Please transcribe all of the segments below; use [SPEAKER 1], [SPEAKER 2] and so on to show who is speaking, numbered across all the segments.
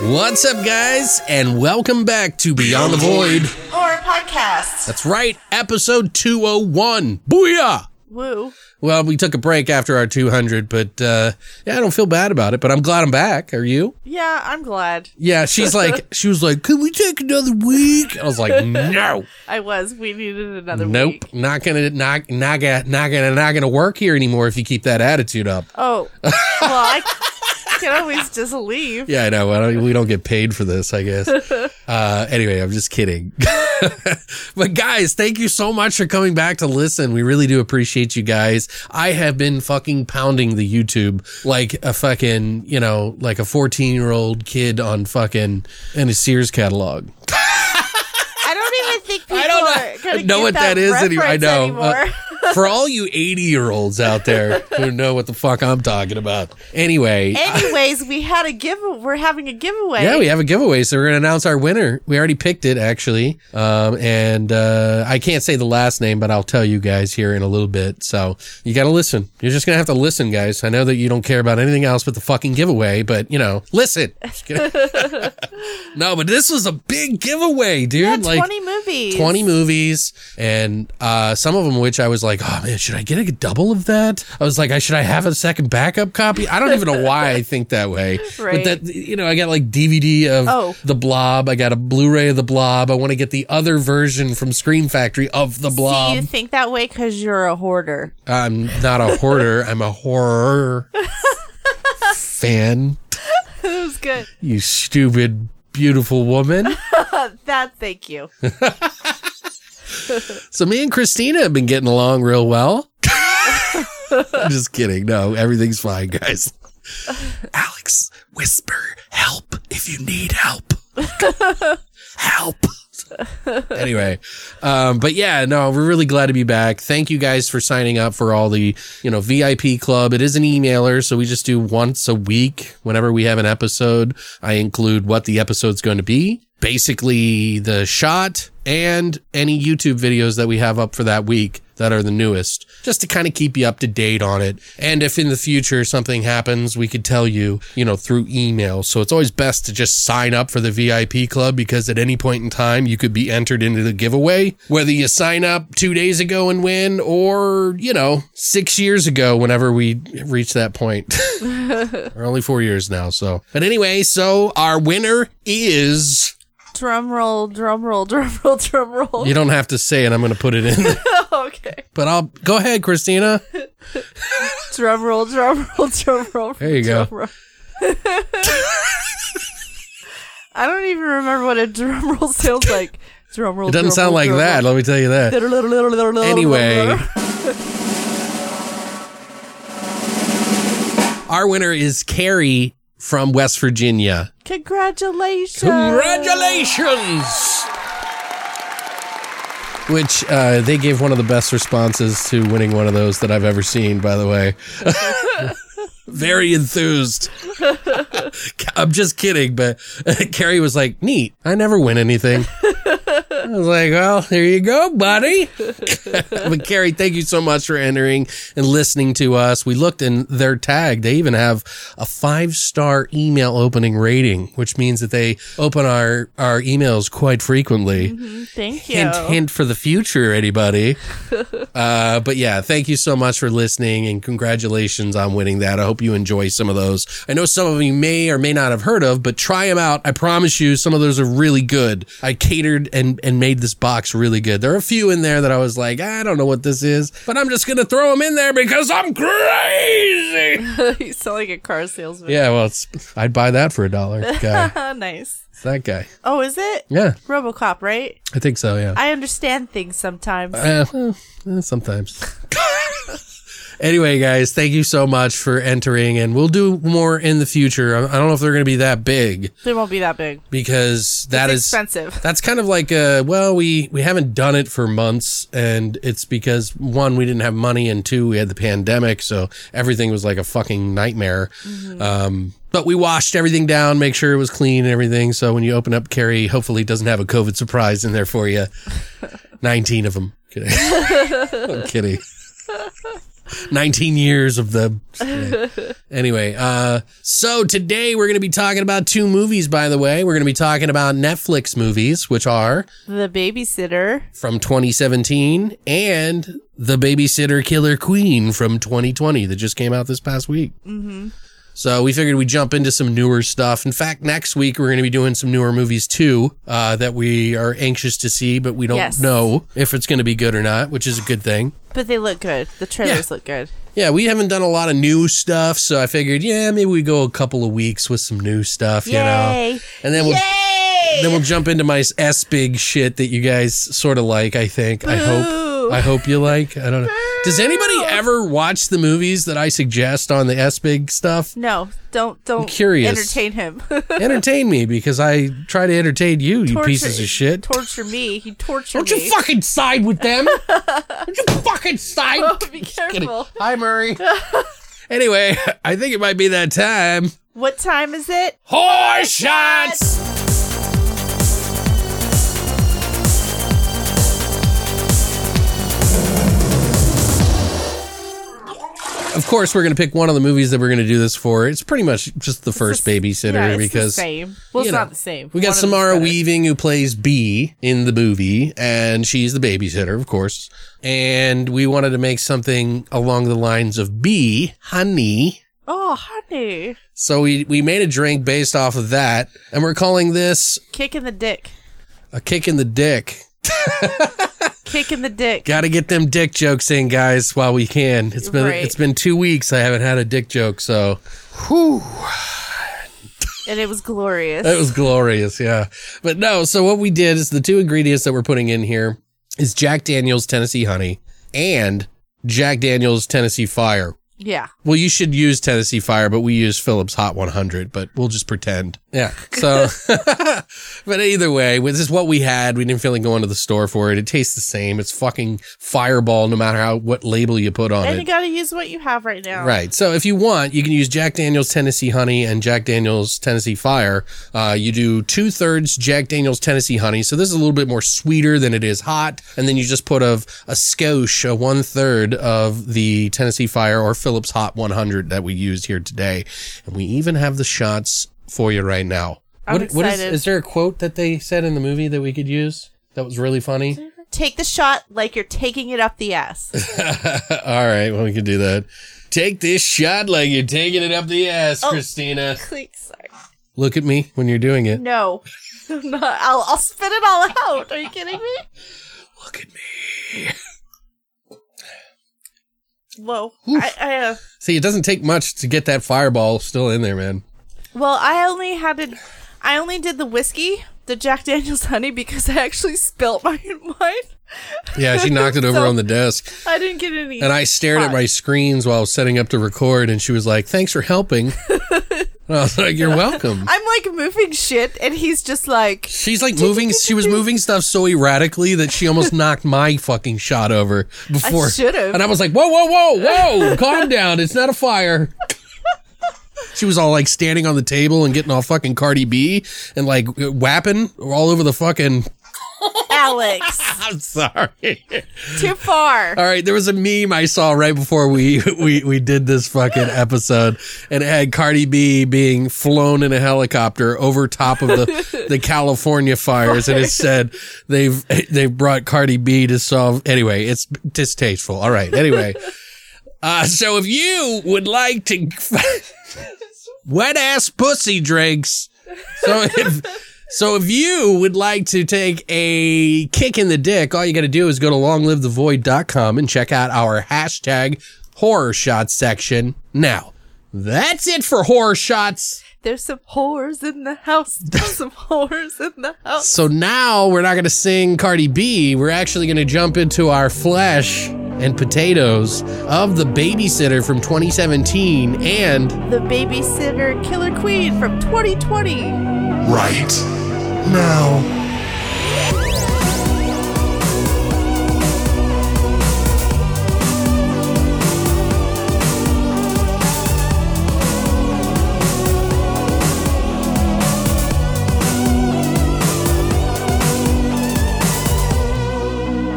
[SPEAKER 1] What's up, guys, and welcome back to Beyond the Void.
[SPEAKER 2] Horror podcast.
[SPEAKER 1] That's right, episode 201. Booyah!
[SPEAKER 2] Woo.
[SPEAKER 1] Well, we took a break after our 200, but uh, yeah, I don't feel bad about it, but I'm glad I'm back. Are you?
[SPEAKER 2] Yeah, I'm glad.
[SPEAKER 1] Yeah, she's like, she was like, could we take another week? I was like, no,
[SPEAKER 2] I was. We needed another week.
[SPEAKER 1] nope, not gonna, not, not gonna, not gonna, not gonna work here anymore if you keep that attitude up.
[SPEAKER 2] Oh. Well, I can always just leave.
[SPEAKER 1] Yeah, I know. I don't, we don't get paid for this, I guess. Uh, anyway, I'm just kidding. but guys, thank you so much for coming back to listen. We really do appreciate you guys. I have been fucking pounding the YouTube like a fucking, you know, like a 14 year old kid on fucking in a Sears catalog.
[SPEAKER 2] I don't even think people
[SPEAKER 1] I
[SPEAKER 2] are
[SPEAKER 1] don't know,
[SPEAKER 2] gonna
[SPEAKER 1] know
[SPEAKER 2] get
[SPEAKER 1] what
[SPEAKER 2] that
[SPEAKER 1] that is. any- I
[SPEAKER 2] reference
[SPEAKER 1] know.
[SPEAKER 2] Anymore.
[SPEAKER 1] Uh, for all you 80 year olds out there who know what the fuck I'm talking about. Anyway,
[SPEAKER 2] Anyways, we had a give. We're having a giveaway.
[SPEAKER 1] Yeah, we have a giveaway, so we're gonna announce our winner. We already picked it actually, um, and uh, I can't say the last name, but I'll tell you guys here in a little bit. So you gotta listen. You're just gonna have to listen, guys. I know that you don't care about anything else but the fucking giveaway, but you know, listen. Just kidding. no, but this was a big giveaway, dude.
[SPEAKER 2] Yeah,
[SPEAKER 1] like.
[SPEAKER 2] twenty movies.
[SPEAKER 1] 20 movies and uh, some of them which I was like, oh man, should I get a double of that? I was like, I should I have a second backup copy? I don't even know why I think that way. But
[SPEAKER 2] Right.
[SPEAKER 1] that you know, I got like DVD of
[SPEAKER 2] Oh.
[SPEAKER 1] The Blob, I got a Blu-ray of The Blob. I want to get the other version from Scream Factory of The
[SPEAKER 2] Do
[SPEAKER 1] Blob.
[SPEAKER 2] you think that way because you're a hoarder?
[SPEAKER 1] I'm not a hoarder, I'm a horror fan.
[SPEAKER 2] It was good.
[SPEAKER 1] You stupid beautiful woman.
[SPEAKER 2] That. Thank you.
[SPEAKER 1] So me and Christina have been getting along real well. I'm just kidding. No, everything's fine, guys. Alex, whisper help if you need help. help. anyway, um, but yeah, no, we're really glad to be back. Thank you guys for signing up for all the, you know, VIP club. It is an emailer, so we just do once a week. Whenever we have an episode, I include what the episode's going to be, basically the shot and any YouTube videos that we have up for that week that are the newest, just to kind of keep you up to date on it. And if in the future something happens, we could tell you, you know, through email. So it's always best to just sign up for the VIP club because at any point in time, you could be entered into the giveaway, whether you sign up two days ago and win or, you know, six years ago, whenever we reach that point. We're only four years now. So, but anyway, so our winner is.
[SPEAKER 2] Drum roll, drum roll, drum roll, drum roll.
[SPEAKER 1] You don't have to say it. I'm going to put it in. there.
[SPEAKER 2] Okay.
[SPEAKER 1] But I'll go ahead, Christina.
[SPEAKER 2] Drum roll, drum roll, drum roll.
[SPEAKER 1] There you go.
[SPEAKER 2] drum roll. I don't even remember what a drum roll sounds like. Drum roll.
[SPEAKER 1] It doesn't sound like that. Let me tell you that.
[SPEAKER 2] that.
[SPEAKER 1] Anyway. Our winner is Carrie from West Virginia.
[SPEAKER 2] Congratulations.
[SPEAKER 1] Congratulations! Which uh, they gave one of the best responses to winning one of those that I've ever seen, by the way. Very enthused. I'm just kidding, but Carrie was like, neat. I never win anything. I was like, well, there you go, buddy. but Carrie, thank you so much for entering and listening to us. We looked in their tag. They even have a five star email opening rating, which means that they open our, our emails quite frequently.
[SPEAKER 2] Thank you.
[SPEAKER 1] Hint, hint for the future, anybody. uh, but yeah, thank you so much for listening and congratulations on winning that. I hope you enjoy some of those. I know some of you may or may not have heard of, but try them out. I promise you, some of those are really good. I catered and, and made this box really good. There are a few in there that I was like, I don't know what this is, but I'm just going to throw them in there because I'm crazy.
[SPEAKER 2] you sound like a car salesman.
[SPEAKER 1] yeah, well, it's, I'd buy that for a dollar. Guy.
[SPEAKER 2] nice.
[SPEAKER 1] It's that guy.
[SPEAKER 2] Oh, is it?
[SPEAKER 1] Yeah,
[SPEAKER 2] Robocop, right?
[SPEAKER 1] I think so. Yeah.
[SPEAKER 2] I understand things sometimes.
[SPEAKER 1] Uh, well, eh, sometimes. anyway, guys, thank you so much for entering, and we'll do more in the future. I I don't know if they're going to be that big
[SPEAKER 2] they won't be that big.
[SPEAKER 1] because that is
[SPEAKER 2] it's expensive.
[SPEAKER 1] That's kind of like uh well, we we haven't done it for months, and it's because one we didn't have money, and two we had the pandemic, so everything was like a fucking nightmare. Um. But we washed everything down, make sure it was clean and everything. So when you open up Carrie, hopefully it doesn't have a COVID surprise in there for you. 19 of them. Kidding. I'm kidding. 19 years of the anyway uh so today we're gonna be talking about two movies by the way we're gonna be talking about netflix movies which are
[SPEAKER 2] The babysitter.
[SPEAKER 1] from 2017 and the babysitter killer queen from 2020 that just came out this past week mm-hmm. so we figured we'd jump into some newer stuff in fact next week we're going to be doing some newer movies too uh, that we are anxious to see but we don't
[SPEAKER 2] Yes.
[SPEAKER 1] know if it's going to be good or not which is a good thing
[SPEAKER 2] But they look good. The trailers look good.
[SPEAKER 1] yeah, we haven't done a lot of new stuff, so I figured, yeah, maybe we go a couple of weeks with some new stuff, you know,
[SPEAKER 2] Yay.
[SPEAKER 1] and then we'll then we'll jump into my s big shit that you guys sort of like. I think. I hope.
[SPEAKER 2] Boo.
[SPEAKER 1] I hope you like. I don't know. Does anybody ever watch the movies that I suggest on the s big stuff?
[SPEAKER 2] No, don't don't
[SPEAKER 1] curious.
[SPEAKER 2] entertain him.
[SPEAKER 1] Entertain me because I try to entertain you, you pieces of shit.
[SPEAKER 2] Torture me. He tortured
[SPEAKER 1] Don't you
[SPEAKER 2] me.
[SPEAKER 1] fucking side with them. Don't you fucking side.
[SPEAKER 2] Oh, Be
[SPEAKER 1] Kidding.
[SPEAKER 2] careful.
[SPEAKER 1] Hi, Murray. anyway, I think it might be that time.
[SPEAKER 2] What time is it?
[SPEAKER 1] Whore shots! Of course, we're going to pick one of the movies that we're going to do this for. It's pretty much just the first babysitter
[SPEAKER 2] yeah, it's
[SPEAKER 1] because
[SPEAKER 2] the same. Well, it's
[SPEAKER 1] you know,
[SPEAKER 2] not the same.
[SPEAKER 1] We got
[SPEAKER 2] One of them's
[SPEAKER 1] Samara
[SPEAKER 2] better.
[SPEAKER 1] Weaving who plays B in the movie, and she's the babysitter, of course. And we wanted to make something along the lines of B, honey.
[SPEAKER 2] Oh, honey,
[SPEAKER 1] So we we made a drink based off of that, and we're calling this
[SPEAKER 2] kick in the dick.
[SPEAKER 1] a kick in the dick.
[SPEAKER 2] Kick in the dick.
[SPEAKER 1] Got to get them dick jokes in, guys, while we can. It's been
[SPEAKER 2] Right.
[SPEAKER 1] it's been two weeks. I haven't had a dick joke, so
[SPEAKER 2] and it was glorious.
[SPEAKER 1] It was glorious, yeah. But no, so what we did is the two ingredients that we're putting in here is Jack Daniels Tennessee honey and Jack Daniels Tennessee fire.
[SPEAKER 2] yeah.
[SPEAKER 1] Well, you should use Tennessee fire, but we use Phillips Hot 100, but we'll just pretend. Yeah. So, but either way, this is what we had. We didn't feel like going to the store for it. It tastes the same. It's fucking fireball, no matter how, what label you put on
[SPEAKER 2] And
[SPEAKER 1] it.
[SPEAKER 2] you gotta use what you have right now.
[SPEAKER 1] Right. So if you want, you can use Jack Daniels Tennessee Honey and Jack Daniels Tennessee Fire. Uh, you do two thirds Jack Daniels Tennessee Honey. So this is a little bit more sweeter than it is hot. And then you just put of a skosh, a one third of the Tennessee Fire or Phillips Hot 100 that we used here today. And we even have the shots for you right now.
[SPEAKER 2] I'm
[SPEAKER 1] what is,
[SPEAKER 2] excited.
[SPEAKER 1] is there a quote that they said in the movie that we could use that was really funny?
[SPEAKER 2] Take the shot like you're taking it up the ass.
[SPEAKER 1] All right, well, we can do that. Take this shot like you're taking it up the ass,
[SPEAKER 2] Oh.
[SPEAKER 1] Christina.
[SPEAKER 2] Click. Sorry.
[SPEAKER 1] Look at me when you're doing it.
[SPEAKER 2] No. I'm not. I'll, I'll spit it all out. Are you kidding me?
[SPEAKER 1] Look at me.
[SPEAKER 2] Whoa. I, I, uh,
[SPEAKER 1] See, it doesn't take much to get that fireball still in there, man.
[SPEAKER 2] well, I only had it. I only did the whiskey, the Jack Daniels honey, because I actually spilt my wine.
[SPEAKER 1] Yeah, she knocked it over
[SPEAKER 2] So-
[SPEAKER 1] on the desk.
[SPEAKER 2] I didn't get any.
[SPEAKER 1] And I stared at my screens while I was setting up to record, and she was like, Thanks for helping. and I was like, You're welcome.
[SPEAKER 2] I'm like moving shit, and he's just like,
[SPEAKER 1] She's like moving, she was moving stuff so erratically that she almost knocked my fucking shot over before.
[SPEAKER 2] should've.
[SPEAKER 1] And I was like, Whoa, whoa, whoa, whoa, calm down. It's not a fire. She was all like standing on the table and getting all fucking Cardi B and like whapping all over the fucking
[SPEAKER 2] Alex.
[SPEAKER 1] I'm sorry.
[SPEAKER 2] Too far.
[SPEAKER 1] All right, there was a meme I saw right before we we we did this fucking episode, and it had Cardi B being flown in a helicopter over top of the the California fires, and it said they've they've brought Cardi B to solve. Anyway, it's distasteful. All right. Anyway, uh, so if you would like to wet ass pussy drinks, so if. So if you would like to take a kick in the dick, all you got to do is go to longlivethevoid.com and check out our hashtag horror shot section. Now, that's it for horror shots.
[SPEAKER 2] There's some whores in the house. There's some whores in the house.
[SPEAKER 1] So now we're not going to sing Cardi B. We're actually going to jump into our flesh and potatoes of the babysitter from 2017 and
[SPEAKER 2] The babysitter killer queen from 2020.
[SPEAKER 3] Right now.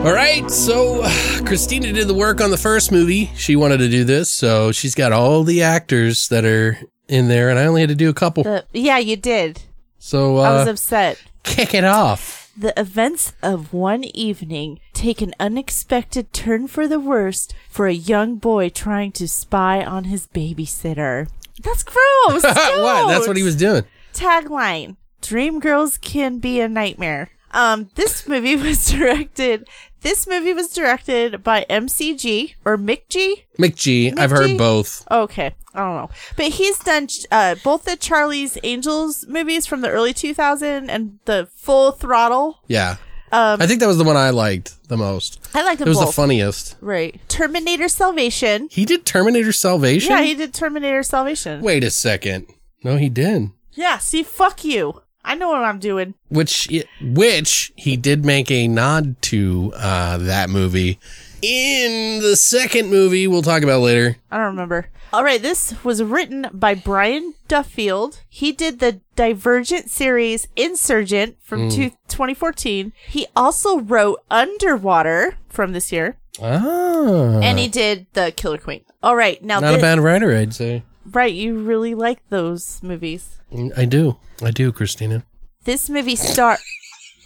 [SPEAKER 1] All right, so Christina did the work on the first movie. She wanted to do this, so she's got all the actors that are in there, and I only had to do a couple.
[SPEAKER 2] The, Uh, yeah, you did.
[SPEAKER 1] So
[SPEAKER 2] I was
[SPEAKER 1] uh,
[SPEAKER 2] upset.
[SPEAKER 1] kick it off.
[SPEAKER 2] The events of one evening take an unexpected turn for the worst for a young boy trying to spy on his babysitter. That's gross.
[SPEAKER 1] what? That's what he
[SPEAKER 2] don't.
[SPEAKER 1] was doing.
[SPEAKER 2] Tagline Dream girls can be a nightmare. Um, this movie was directed. This movie was directed by MCG or Mick G.
[SPEAKER 1] McG, I've heard
[SPEAKER 2] McG?
[SPEAKER 1] both.
[SPEAKER 2] Okay, I don't know, but he's done uh, both the Charlie's Angels movies from the early 2000 and the Full Throttle.
[SPEAKER 1] Yeah, I think that was the one I liked the most.
[SPEAKER 2] I like them
[SPEAKER 1] It was
[SPEAKER 2] Um, both.
[SPEAKER 1] the funniest.
[SPEAKER 2] right, Terminator Salvation.
[SPEAKER 1] He did Terminator Salvation.
[SPEAKER 2] Yeah, he did Terminator Salvation.
[SPEAKER 1] Wait a second. No, he did.
[SPEAKER 2] Yeah, see, fuck you. I know what I'm doing.
[SPEAKER 1] Which, which he did make a nod to uh, that movie in the second movie. We'll talk about later.
[SPEAKER 2] I don't remember. All right, this was written by Brian Duffield. He did the Divergent series Insurgent from
[SPEAKER 1] Mm.
[SPEAKER 2] two- 2014. He also wrote Underwater from this year,
[SPEAKER 1] Ah,
[SPEAKER 2] and he did The Killer Queen. All right, now
[SPEAKER 1] not a
[SPEAKER 2] thi-
[SPEAKER 1] bad writer, I'd say.
[SPEAKER 2] right, you really like those movies.
[SPEAKER 1] I do, I do, Christina.
[SPEAKER 2] This movie star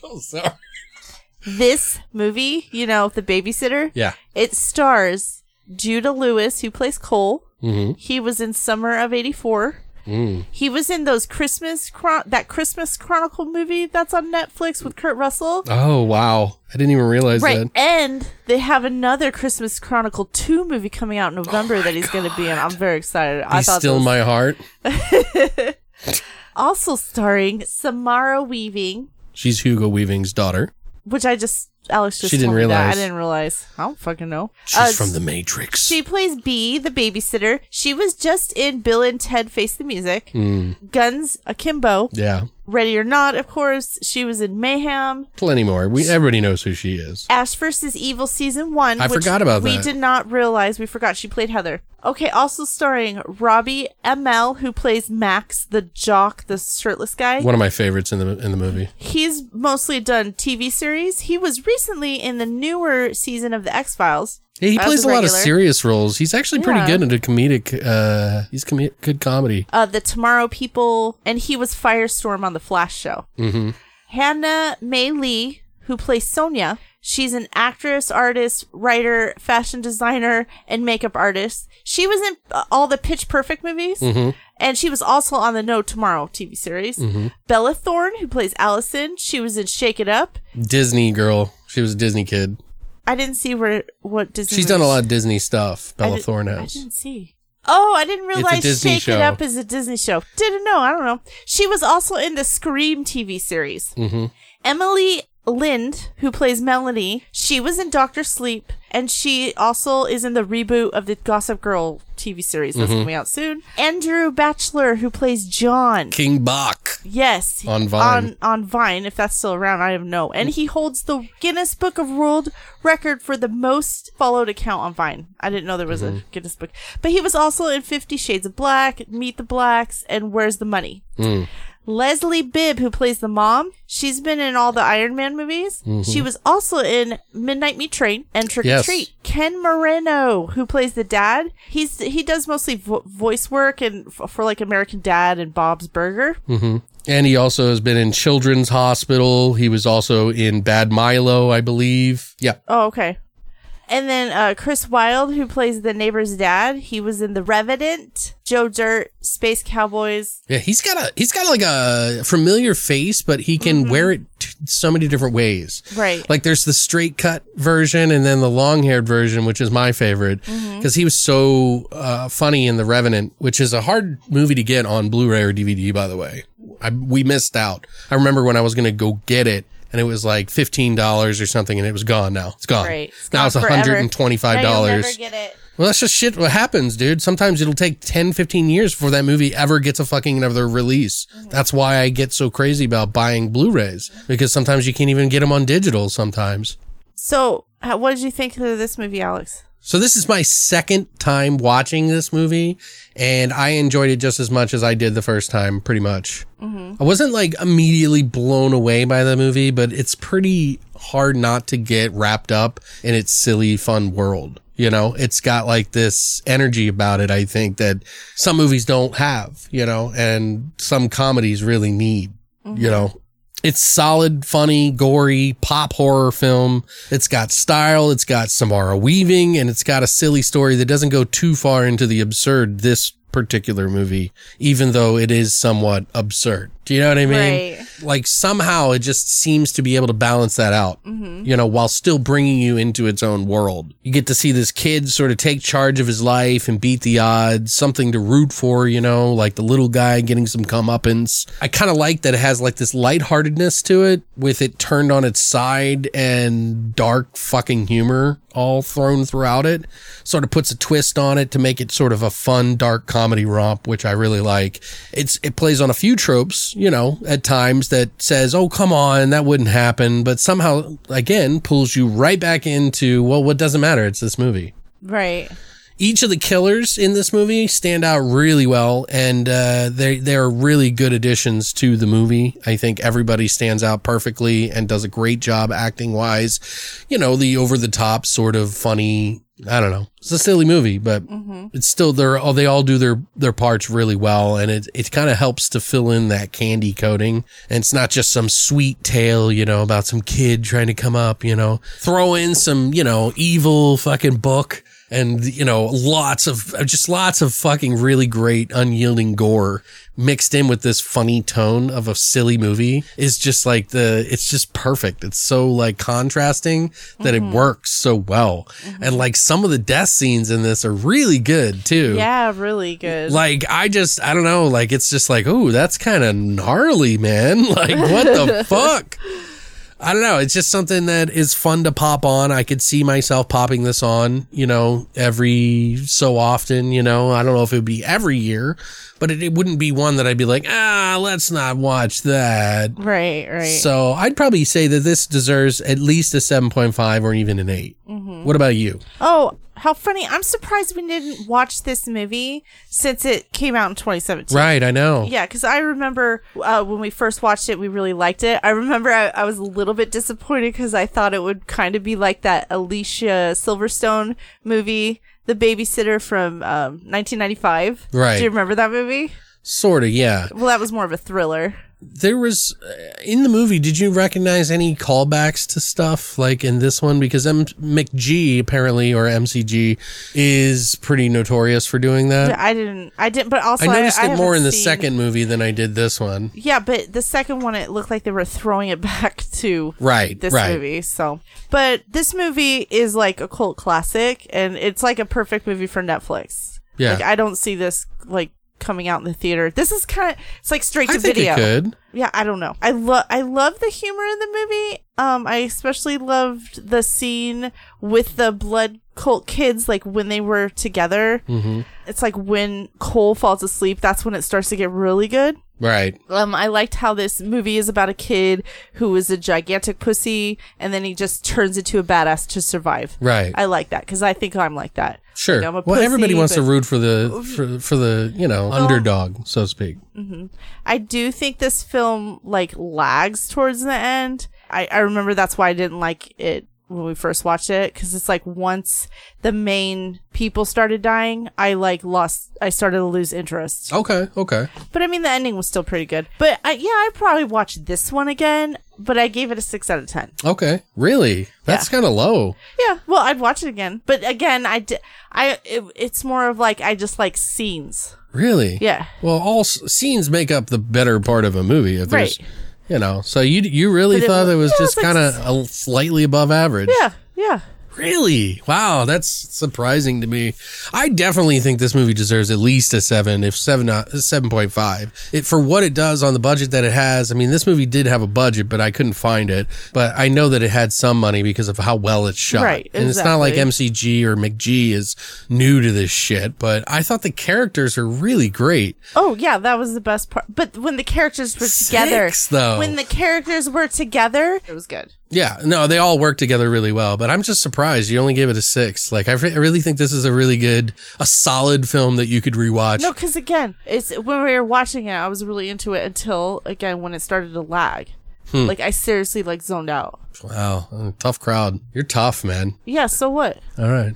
[SPEAKER 1] Oh, sorry.
[SPEAKER 2] this movie, you know, The Babysitter.
[SPEAKER 1] Yeah.
[SPEAKER 2] It stars Judah Lewis, who plays Cole.
[SPEAKER 1] Mhm.
[SPEAKER 2] He was in Summer of '84.
[SPEAKER 1] Mm.
[SPEAKER 2] He was in those Christmas chron- that Christmas Chronicle movie that's on Netflix with Kurt Russell.
[SPEAKER 1] Oh wow, I didn't even realize
[SPEAKER 2] Right,
[SPEAKER 1] that.
[SPEAKER 2] and they have another Christmas Chronicle two movie coming out in November that he's going to be in. I'm very excited. I
[SPEAKER 1] Oh He's
[SPEAKER 2] thought
[SPEAKER 1] still
[SPEAKER 2] those-
[SPEAKER 1] my heart.
[SPEAKER 2] also starring Samara Weaving,
[SPEAKER 1] She's Hugo Weaving's daughter.
[SPEAKER 2] which I just Alex just
[SPEAKER 1] She didn't
[SPEAKER 2] told me that.
[SPEAKER 1] realize.
[SPEAKER 2] I didn't realize. I don't fucking know.
[SPEAKER 1] She's
[SPEAKER 2] Uh,
[SPEAKER 1] from the Matrix.
[SPEAKER 2] She plays Bee, the babysitter. She was just in Bill and Ted Face the Music,
[SPEAKER 1] Hmm.
[SPEAKER 2] Guns Akimbo,
[SPEAKER 1] yeah,
[SPEAKER 2] Ready or Not, of course. She was in Mayhem,
[SPEAKER 1] plenty more. We everybody knows who she is.
[SPEAKER 2] Ash versus Evil Season 1.
[SPEAKER 1] I
[SPEAKER 2] which
[SPEAKER 1] forgot about
[SPEAKER 2] we
[SPEAKER 1] that.
[SPEAKER 2] did not realize. We forgot she played Heather. Okay, also starring Robbie ML, who plays Max, the jock, the shirtless guy.
[SPEAKER 1] One of my favorites in the in the movie.
[SPEAKER 2] He's mostly done TV series. He was recently in the newer season of The X Files.
[SPEAKER 1] Yeah, he
[SPEAKER 2] As
[SPEAKER 1] plays a lot of
[SPEAKER 2] regular.
[SPEAKER 1] serious roles. He's actually pretty
[SPEAKER 2] Yeah.
[SPEAKER 1] good at a comedic. Uh, he's com- good comedy.
[SPEAKER 2] uh, the Tomorrow People, and he was Firestorm on the Flash show. Mm-hmm. Hannah May Lee, who plays Sonia, she's an actress, artist, writer, fashion designer, and makeup artist. She was in uh, all the Pitch Perfect movies,
[SPEAKER 1] Mm-hmm.
[SPEAKER 2] and she was also on the No Tomorrow TV series. Bella Thorne, who plays Allison, she was in Shake It Up.
[SPEAKER 1] Disney girl. She was a Disney kid.
[SPEAKER 2] I didn't see where what Disney.
[SPEAKER 1] She's done a lot of Disney stuff. Bella
[SPEAKER 2] did-
[SPEAKER 1] Thorne
[SPEAKER 2] I
[SPEAKER 1] has.
[SPEAKER 2] didn't see. Oh, I didn't realize
[SPEAKER 1] Disney
[SPEAKER 2] Shake
[SPEAKER 1] show.
[SPEAKER 2] It Up is a Disney show. Didn't know. I don't know. She was also in the Scream TV series. Mm-hmm. Emily Lind, who plays Melanie, she was in Doctor Sleep, and she also is in the reboot of the Gossip Girl TV series
[SPEAKER 1] Mm-hmm.
[SPEAKER 2] that's coming out soon. Andrew Batchelor, who plays John.
[SPEAKER 1] King Bach.
[SPEAKER 2] Yes, he-
[SPEAKER 1] On Vine.
[SPEAKER 2] On, on Vine, if that's still around, I don't know. And he holds the Guinness Book of World Record for the most followed account on Vine. I didn't know there was
[SPEAKER 1] Mm-hmm.
[SPEAKER 2] a Guinness
[SPEAKER 1] Mm.
[SPEAKER 2] Book, but he was also in Fifty Shades of Black, Meet the Blacks, and Where's the Money. Leslie Bibb, who plays the mom, she's been in all the Iron Man movies. She was also in Midnight Meat Train and Trick
[SPEAKER 1] Mm-hmm. Yes.
[SPEAKER 2] or Treat. Ken Moreno, who plays the dad, he's he does mostly vo- voice work and f- for like American Dad and Bob's Burger.
[SPEAKER 1] And he also has been in Children's Hospital. He was also in Bad Milo, I believe. Yeah.
[SPEAKER 2] Oh, okay. And then uh, Chris Wilde, who plays the neighbor's dad, he was in The Revenant, Joe Dirt, Space Cowboys.
[SPEAKER 1] Yeah, he's got a he's got like a familiar face, but he can wear it t- so many different ways.
[SPEAKER 2] Mm-hmm. Right.
[SPEAKER 1] Like there's the straight cut version and then the long haired version, which is my favorite because
[SPEAKER 2] Mm-hmm.
[SPEAKER 1] he was so uh, funny in The Revenant, which is a hard movie to get on Blu-ray or DVD. By the way, I, we missed out. I remember when I was gonna go get it. And it was like fifteen dollars or something, and it was gone. Now it's gone.
[SPEAKER 2] Right. It's
[SPEAKER 1] now
[SPEAKER 2] gone
[SPEAKER 1] it's one
[SPEAKER 2] forever.
[SPEAKER 1] hundred and twenty-five dollars.
[SPEAKER 2] get it.
[SPEAKER 1] Well, that's just shit what happens, dude. Sometimes it'll take 10, 15 years before that movie ever gets a fucking another release. That's why I get so crazy about buying Blu-rays because sometimes you can't even get them on digital sometimes.
[SPEAKER 2] So, how, what did you think of this movie, Alex?
[SPEAKER 1] So this is my second time watching this movie and I enjoyed it just as much as I did the first time, pretty much. I wasn't like immediately blown away by the movie, but it's pretty hard not to get wrapped up in its silly, fun world. You know, it's got like this energy about it, I think, that some movies don't have, you know, and some comedies really need, you know. It's solid, funny, gory, pop horror film. It's got style, it's got Samara Weaving, and it's got a silly story that doesn't go too far into the absurd this particular movie, even though it is somewhat absurd. Do you know what I mean?
[SPEAKER 2] Right.
[SPEAKER 1] like somehow it just seems to be able to balance that out, you know, while still bringing you into its own world. You get to see this kid sort of take charge of his life and beat the odds, something to root for, you know, like the little guy getting some comeuppance. I kind of like that it has like this lightheartedness to it with it turned on its side and dark fucking humor all thrown throughout it. Sort of puts a twist on it to make it sort of a fun, dark comedy romp, which I really like. It's it plays on a few tropes, you know, at times that says, "Oh, come on, that wouldn't happen," but somehow again pulls you right back into, "Well, what doesn't matter? It's this movie."
[SPEAKER 2] Right.
[SPEAKER 1] each of the killers in this movie stand out really well, and uh, they they are really good additions to the movie. I think everybody stands out perfectly and does a great job acting wise. You know, the over the top sort of funny. I don't know. It's a silly movie, but it's still they're all they all do their their parts really well, and it it kind of helps to fill in that candy coating. And it's not just some sweet tale, you know, about some kid trying to come up. You know, throw in some you know evil fucking book and you know lots of just lots of fucking really great unyielding gore mixed in with this funny tone of a silly movie is just like the it's just perfect it's so like contrasting that it works so well and like some of the death scenes in this are really good too
[SPEAKER 2] Yeah, really good.
[SPEAKER 1] like I just I don't know like it's just like oh that's kind of gnarly man like what the fuck I don't know it's just something that is fun to pop on I could see myself popping this on you know every so often you know I don't know if it would be every year but it, it wouldn't be one that I'd be like ah let's not watch that
[SPEAKER 2] right, right.
[SPEAKER 1] so I'd probably say that this deserves at least a 7.5 or even an 8
[SPEAKER 2] Mm-hmm.
[SPEAKER 1] what about you
[SPEAKER 2] oh, how funny. I'm surprised we didn't watch this movie since it came out in 2017.
[SPEAKER 1] right I know
[SPEAKER 2] Yeah, because I remember uh, when we first watched it, we really liked it. I remember I, I was a little bit disappointed because I thought it would kind of be like that Alicia Silverstone movie, The Babysitter from um, 1995.
[SPEAKER 1] Right.
[SPEAKER 2] Do you remember that movie?
[SPEAKER 1] sort of yeah
[SPEAKER 2] Well, that was more of a thriller.
[SPEAKER 1] there was uh, in the movie did you recognize any callbacks to stuff like in this one because M- mcg apparently or mcg is pretty notorious for doing that
[SPEAKER 2] I didn't. I didn't. But also,
[SPEAKER 1] Uh, i noticed it
[SPEAKER 2] haven't
[SPEAKER 1] more in the
[SPEAKER 2] seen-
[SPEAKER 1] second movie than i did this one
[SPEAKER 2] Yeah, but the second one, it looked like they were throwing it back to
[SPEAKER 1] Right,
[SPEAKER 2] this
[SPEAKER 1] right.
[SPEAKER 2] movie. So, but this movie is like a cult classic, and it's like a perfect movie for Netflix.
[SPEAKER 1] Yeah.
[SPEAKER 2] like I don't see this like coming out in the theater. This is kind of it's like straight to
[SPEAKER 1] i think
[SPEAKER 2] video.
[SPEAKER 1] it could
[SPEAKER 2] Yeah, I don't know. I love I love the humor in the movie. Um, I especially loved the scene with the blood cult kids, like when they were together. Mm-hmm. It's like when Cole falls asleep. That's when it starts to get really good.
[SPEAKER 1] right
[SPEAKER 2] Um, I liked how this movie is about a kid who is a gigantic pussy, and then he just turns into a badass to survive.
[SPEAKER 1] Right.
[SPEAKER 2] I like that because I think I'm like that.
[SPEAKER 1] Sure.
[SPEAKER 2] I'm a
[SPEAKER 1] well,
[SPEAKER 2] pussy,
[SPEAKER 1] everybody wants to
[SPEAKER 2] but- Oh,
[SPEAKER 1] root for the for, for the you know underdog, so to speak.
[SPEAKER 2] Mm. I do think this film like lags towards the end. I, I remember that's why I didn't like it when we first watched it because it's like once the main people started dying, I like lost, I started to lose interest.
[SPEAKER 1] Okay. Okay.
[SPEAKER 2] But I mean, the ending was still pretty good. But I, yeah, I probably watched this one again, but I gave it a six out of 10.
[SPEAKER 1] Okay. Really? That's kind of low.
[SPEAKER 2] Yeah, well, I'd watch it again. But again, I, di- I, it, it's more of like, I just like scenes.
[SPEAKER 1] Really?
[SPEAKER 2] Yeah.
[SPEAKER 1] Well, all s- scenes make up the better part of a movie. If there's,
[SPEAKER 2] Right.
[SPEAKER 1] you know, so you you really
[SPEAKER 2] But it
[SPEAKER 1] thought
[SPEAKER 2] was-
[SPEAKER 1] it was
[SPEAKER 2] yeah, it
[SPEAKER 1] just
[SPEAKER 2] was like
[SPEAKER 1] kind of slightly above average.
[SPEAKER 2] Yeah, yeah.
[SPEAKER 1] Really? Wow, that's surprising to me. I definitely think this movie deserves at least a seven, if seven, uh, seven point five. It for what it does on the budget that it has. I mean, this movie did have a budget, but I couldn't find it. But I know that it had some money because of how well it's shot.
[SPEAKER 2] Right,
[SPEAKER 1] and it's not like
[SPEAKER 2] exactly.
[SPEAKER 1] MCG or McG is new to this shit. But I thought the characters are really great.
[SPEAKER 2] Oh yeah, that was the best part. But when the characters were together,
[SPEAKER 1] Six, though.
[SPEAKER 2] when the characters were together, it was good.
[SPEAKER 1] Yeah, no, they all work together really well, but I'm just surprised you only gave it a six. Like, I, re- I really think this is a really good, a solid film that you could rewatch.
[SPEAKER 2] No, because again, it's when we were watching it, I was really into it until again when it started to lag.
[SPEAKER 1] Hmm.
[SPEAKER 2] Like I seriously like zoned out.
[SPEAKER 1] Wow, uh, tough crowd. You're tough, man.
[SPEAKER 2] Yeah, so what?
[SPEAKER 1] All right.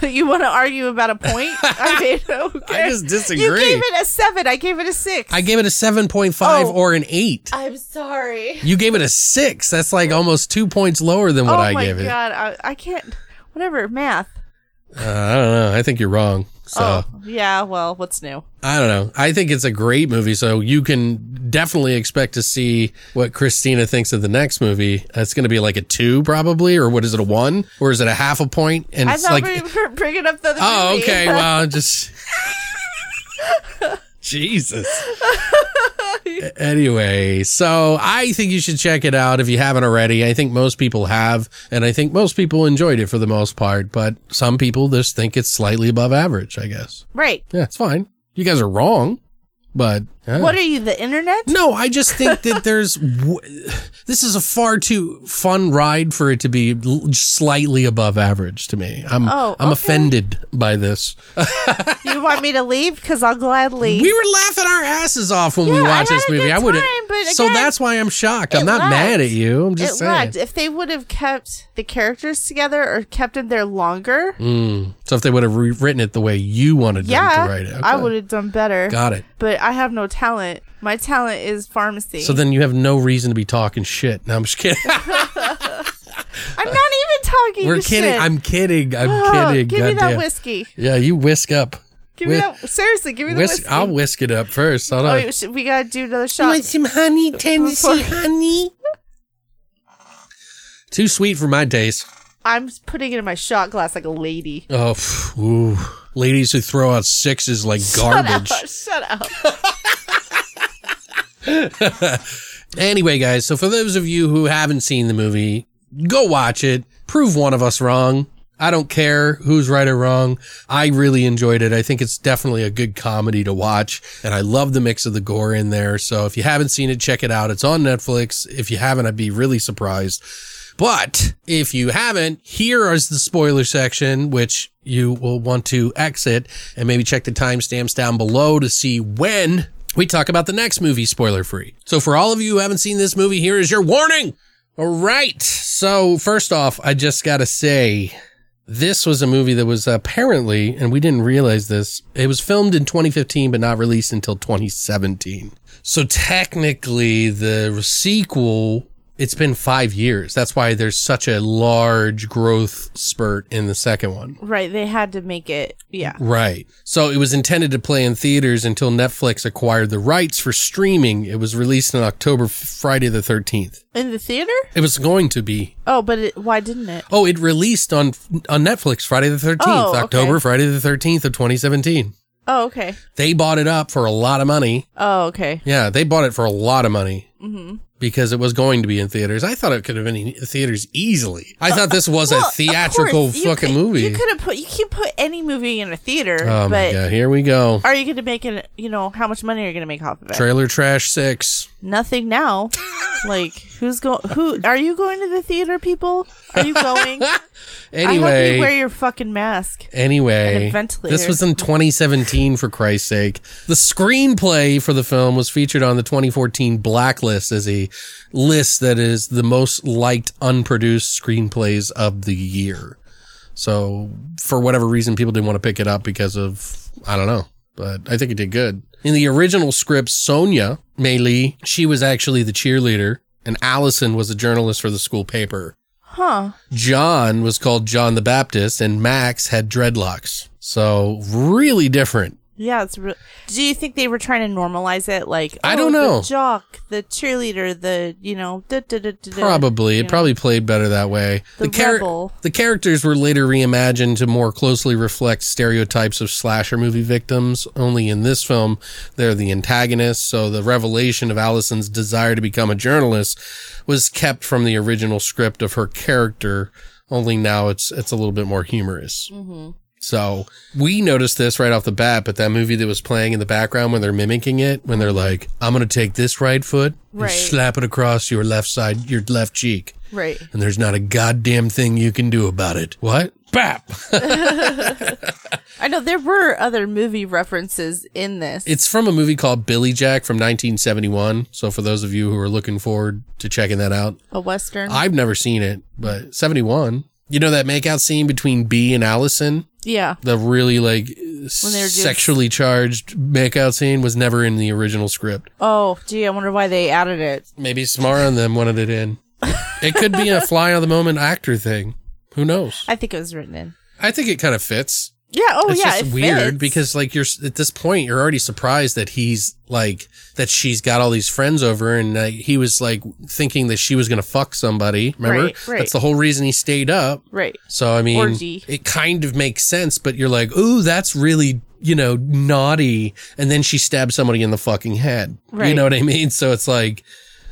[SPEAKER 2] you want to argue about a point? I mean, who
[SPEAKER 1] I
[SPEAKER 2] cares?
[SPEAKER 1] just
[SPEAKER 2] You
[SPEAKER 1] disagree.
[SPEAKER 2] gave it a seven. I gave it a six.
[SPEAKER 1] I gave it a 7.5
[SPEAKER 2] Oh.
[SPEAKER 1] or an 8.
[SPEAKER 2] I'm sorry.
[SPEAKER 1] You gave it a 6. That's like almost two points lower than what
[SPEAKER 2] oh
[SPEAKER 1] I
[SPEAKER 2] my
[SPEAKER 1] gave it.
[SPEAKER 2] god, I, I can't. Whatever math.
[SPEAKER 1] Uh, I don't know. I think you're wrong. So.
[SPEAKER 2] Oh yeah, well, what's new?
[SPEAKER 1] I don't know. I think it's a great movie, so you can definitely expect to see what Christina thinks of the next movie. That's going to be like a two, probably, or what is it, a one, or is it a half a point? And
[SPEAKER 2] I
[SPEAKER 1] it's
[SPEAKER 2] thought
[SPEAKER 1] like,
[SPEAKER 2] we were bringing up the other
[SPEAKER 1] oh,
[SPEAKER 2] movie.
[SPEAKER 1] okay, well, just Jesus. anyway, so I think you should check it out if you haven't already. I think most people have, and I think most people enjoyed it for the most part, but some people just think it's slightly above average. I guess.
[SPEAKER 2] right.
[SPEAKER 1] Yeah, it's fine. You guys are wrong, but uh,
[SPEAKER 2] What are you, the internet?
[SPEAKER 1] no, I just think that there's w- this is a far too fun ride for it to be l- slightly above average to me. I'm
[SPEAKER 2] Oh,
[SPEAKER 1] I'm
[SPEAKER 2] okay.
[SPEAKER 1] offended by this.
[SPEAKER 2] You want me to leave? Because I'll gladly.
[SPEAKER 1] We were laughing our asses off when we
[SPEAKER 2] Yeah, I
[SPEAKER 1] watched
[SPEAKER 2] had
[SPEAKER 1] this
[SPEAKER 2] a
[SPEAKER 1] movie.
[SPEAKER 2] good
[SPEAKER 1] I would
[SPEAKER 2] time, but
[SPEAKER 1] so
[SPEAKER 2] again,
[SPEAKER 1] that's why I'm shocked. I'm
[SPEAKER 2] it
[SPEAKER 1] not mad
[SPEAKER 2] lagged.
[SPEAKER 1] at you. I'm just
[SPEAKER 2] it
[SPEAKER 1] saying.
[SPEAKER 2] lagged. If they would have kept the characters together or kept them there longer,
[SPEAKER 1] Mm, So if they would have rewritten it the way you wanted them
[SPEAKER 2] yeah,
[SPEAKER 1] to write it,
[SPEAKER 2] I
[SPEAKER 1] okay.
[SPEAKER 2] would have done better.
[SPEAKER 1] Got it.
[SPEAKER 2] But I have no talent. My talent is pharmacy.
[SPEAKER 1] So then you have no reason to be talking shit. No, I'm just kidding.
[SPEAKER 2] I'm not even talking.
[SPEAKER 1] We're
[SPEAKER 2] to
[SPEAKER 1] kidding.
[SPEAKER 2] shit.
[SPEAKER 1] I'm kidding. I'm
[SPEAKER 2] Oh,
[SPEAKER 1] kidding.
[SPEAKER 2] Give me that
[SPEAKER 1] Goddamn.
[SPEAKER 2] whiskey.
[SPEAKER 1] Yeah, you whisk up.
[SPEAKER 2] Give me
[SPEAKER 1] Whis-
[SPEAKER 2] that. Seriously, give me the
[SPEAKER 1] Whisk,
[SPEAKER 2] whiskey.
[SPEAKER 1] I'll uh, whisk it up first. Hold
[SPEAKER 2] oh,
[SPEAKER 1] on.
[SPEAKER 2] wait, sh- we gotta do another shot.
[SPEAKER 1] some honey, Tennessee honey? Too sweet for my taste.
[SPEAKER 2] I'm putting it in my shot glass like a lady.
[SPEAKER 1] Oh, phew, ooh. ladies who throw out sixes like garbage.
[SPEAKER 2] Shut up.
[SPEAKER 1] Anyway, guys, so for those of you who haven't seen the movie, go watch it. Prove one of us wrong. I don't care who's right or wrong. I really enjoyed it. I think it's definitely a good comedy to watch. And I love the mix of the gore in there. So if you haven't seen it, check it out. It's on Netflix. If you haven't, I'd be really surprised. But if you haven't, here is the spoiler section, which you will want to exit and maybe check the timestamps down below to see when we talk about the next movie spoiler free. So for all of you who haven't seen this movie, here is your warning. All right. So first off, I just got to say this was a movie that was apparently, and we didn't realize this, it was filmed in 2015, but not released until 2017. So technically, the sequel, it's been five years. That's why there's such a large growth spurt in the second one.
[SPEAKER 2] Right, they had to make it. Yeah.
[SPEAKER 1] Right. So it was intended to play in theaters until Netflix acquired the rights for streaming. It was released on October, Friday the 13th.
[SPEAKER 2] In the theater?
[SPEAKER 1] It was going to be
[SPEAKER 2] Oh, but it, why didn't it?
[SPEAKER 1] Oh, it released on on Netflix Friday the 13th,
[SPEAKER 2] Oh, okay.
[SPEAKER 1] October Friday the 13th of 2017.
[SPEAKER 2] Oh, okay.
[SPEAKER 1] They bought it up for a lot of money.
[SPEAKER 2] Oh, okay.
[SPEAKER 1] Yeah, they bought it for a lot of money.
[SPEAKER 2] Mm-hmm.
[SPEAKER 1] Because it was going to be in theaters. I thought it could have been in theaters easily. I thought this was a
[SPEAKER 2] Well, of
[SPEAKER 1] theatrical
[SPEAKER 2] course, you
[SPEAKER 1] fucking
[SPEAKER 2] could-
[SPEAKER 1] movie.
[SPEAKER 2] You could have put you can put any movie in a theater,
[SPEAKER 1] oh my
[SPEAKER 2] but
[SPEAKER 1] god, here we go.
[SPEAKER 2] are you going to make it? You know how much money are you going to make off of it?
[SPEAKER 1] Trailer Trash 6.
[SPEAKER 2] Nothing now. Like, who's going? Who are you going to the theater, people? Are you going? I hope you wear
[SPEAKER 1] Anyway,
[SPEAKER 2] your fucking mask.
[SPEAKER 1] anyway,
[SPEAKER 2] and a ventilator.
[SPEAKER 1] this was in 2017 for Christ's sake. The screenplay for the film was featured on the 2014 Blacklist as a list that is the most liked unproduced screenplays of the year. So, for whatever reason, people didn't want to pick it up because of, I don't know, but I think it did good. In the original script, Sonia Mei Lee, she was actually the cheerleader, and Allison was a journalist for the school paper.
[SPEAKER 2] Huh.
[SPEAKER 1] John was called John the Baptist, and Max had dreadlocks. So, really different.
[SPEAKER 2] Yeah, it's. Re- Do you think they were trying to normalize it? Like,
[SPEAKER 1] I
[SPEAKER 2] oh,
[SPEAKER 1] don't know.
[SPEAKER 2] The jock, the cheerleader, the you know, da, da, da, da, da,
[SPEAKER 1] Probably.
[SPEAKER 2] you
[SPEAKER 1] It
[SPEAKER 2] know.
[SPEAKER 1] probably played better that way.
[SPEAKER 2] The
[SPEAKER 1] char-
[SPEAKER 2] rebel.
[SPEAKER 1] the characters were later reimagined to more closely reflect stereotypes of slasher movie victims. Only in this film, they're the antagonists. So the revelation of Allison's desire to become a journalist was kept from the original script of her character. Only now it's it's a little bit more humorous. So we noticed this right off the bat, but that movie that was playing in the background when they're mimicking it, when they're like, I'm going to take this right foot and
[SPEAKER 2] Right.
[SPEAKER 1] slap it across your left side, your left cheek.
[SPEAKER 2] Right.
[SPEAKER 1] And there's not a goddamn thing you can do about it. What? Bap!
[SPEAKER 2] I know there were other movie references in this.
[SPEAKER 1] it's from a movie called Billy Jack from 1971. So for those of you who are looking forward to checking that out,
[SPEAKER 2] a western.
[SPEAKER 1] I've never seen it, but 71. You know that makeout scene between B and Allison?
[SPEAKER 2] yeah.
[SPEAKER 1] the really like
[SPEAKER 2] they were doing-
[SPEAKER 1] sexually charged makeout scene was never in the original script.
[SPEAKER 2] Oh, gee, I wonder why they added it.
[SPEAKER 1] Maybe Samara and them wanted it in. It could be a fly on the moment actor thing. Who knows?
[SPEAKER 2] I think it was written in.
[SPEAKER 1] I think it kind of fits.
[SPEAKER 2] Yeah. Oh,
[SPEAKER 1] it's
[SPEAKER 2] yeah.
[SPEAKER 1] just
[SPEAKER 2] it
[SPEAKER 1] weird
[SPEAKER 2] fits.
[SPEAKER 1] because like you're at this point you're already surprised that he's like that she's got all these friends over and uh, he was like thinking that she was gonna fuck somebody. Remember
[SPEAKER 2] Right, right.
[SPEAKER 1] that's the whole reason he stayed up.
[SPEAKER 2] right.
[SPEAKER 1] So I mean,
[SPEAKER 2] Orgy.
[SPEAKER 1] it kind of makes sense, but you're like, ooh, that's really you know naughty. And then she stabs somebody in the fucking head. You
[SPEAKER 2] Right.
[SPEAKER 1] know what I mean? So it's like.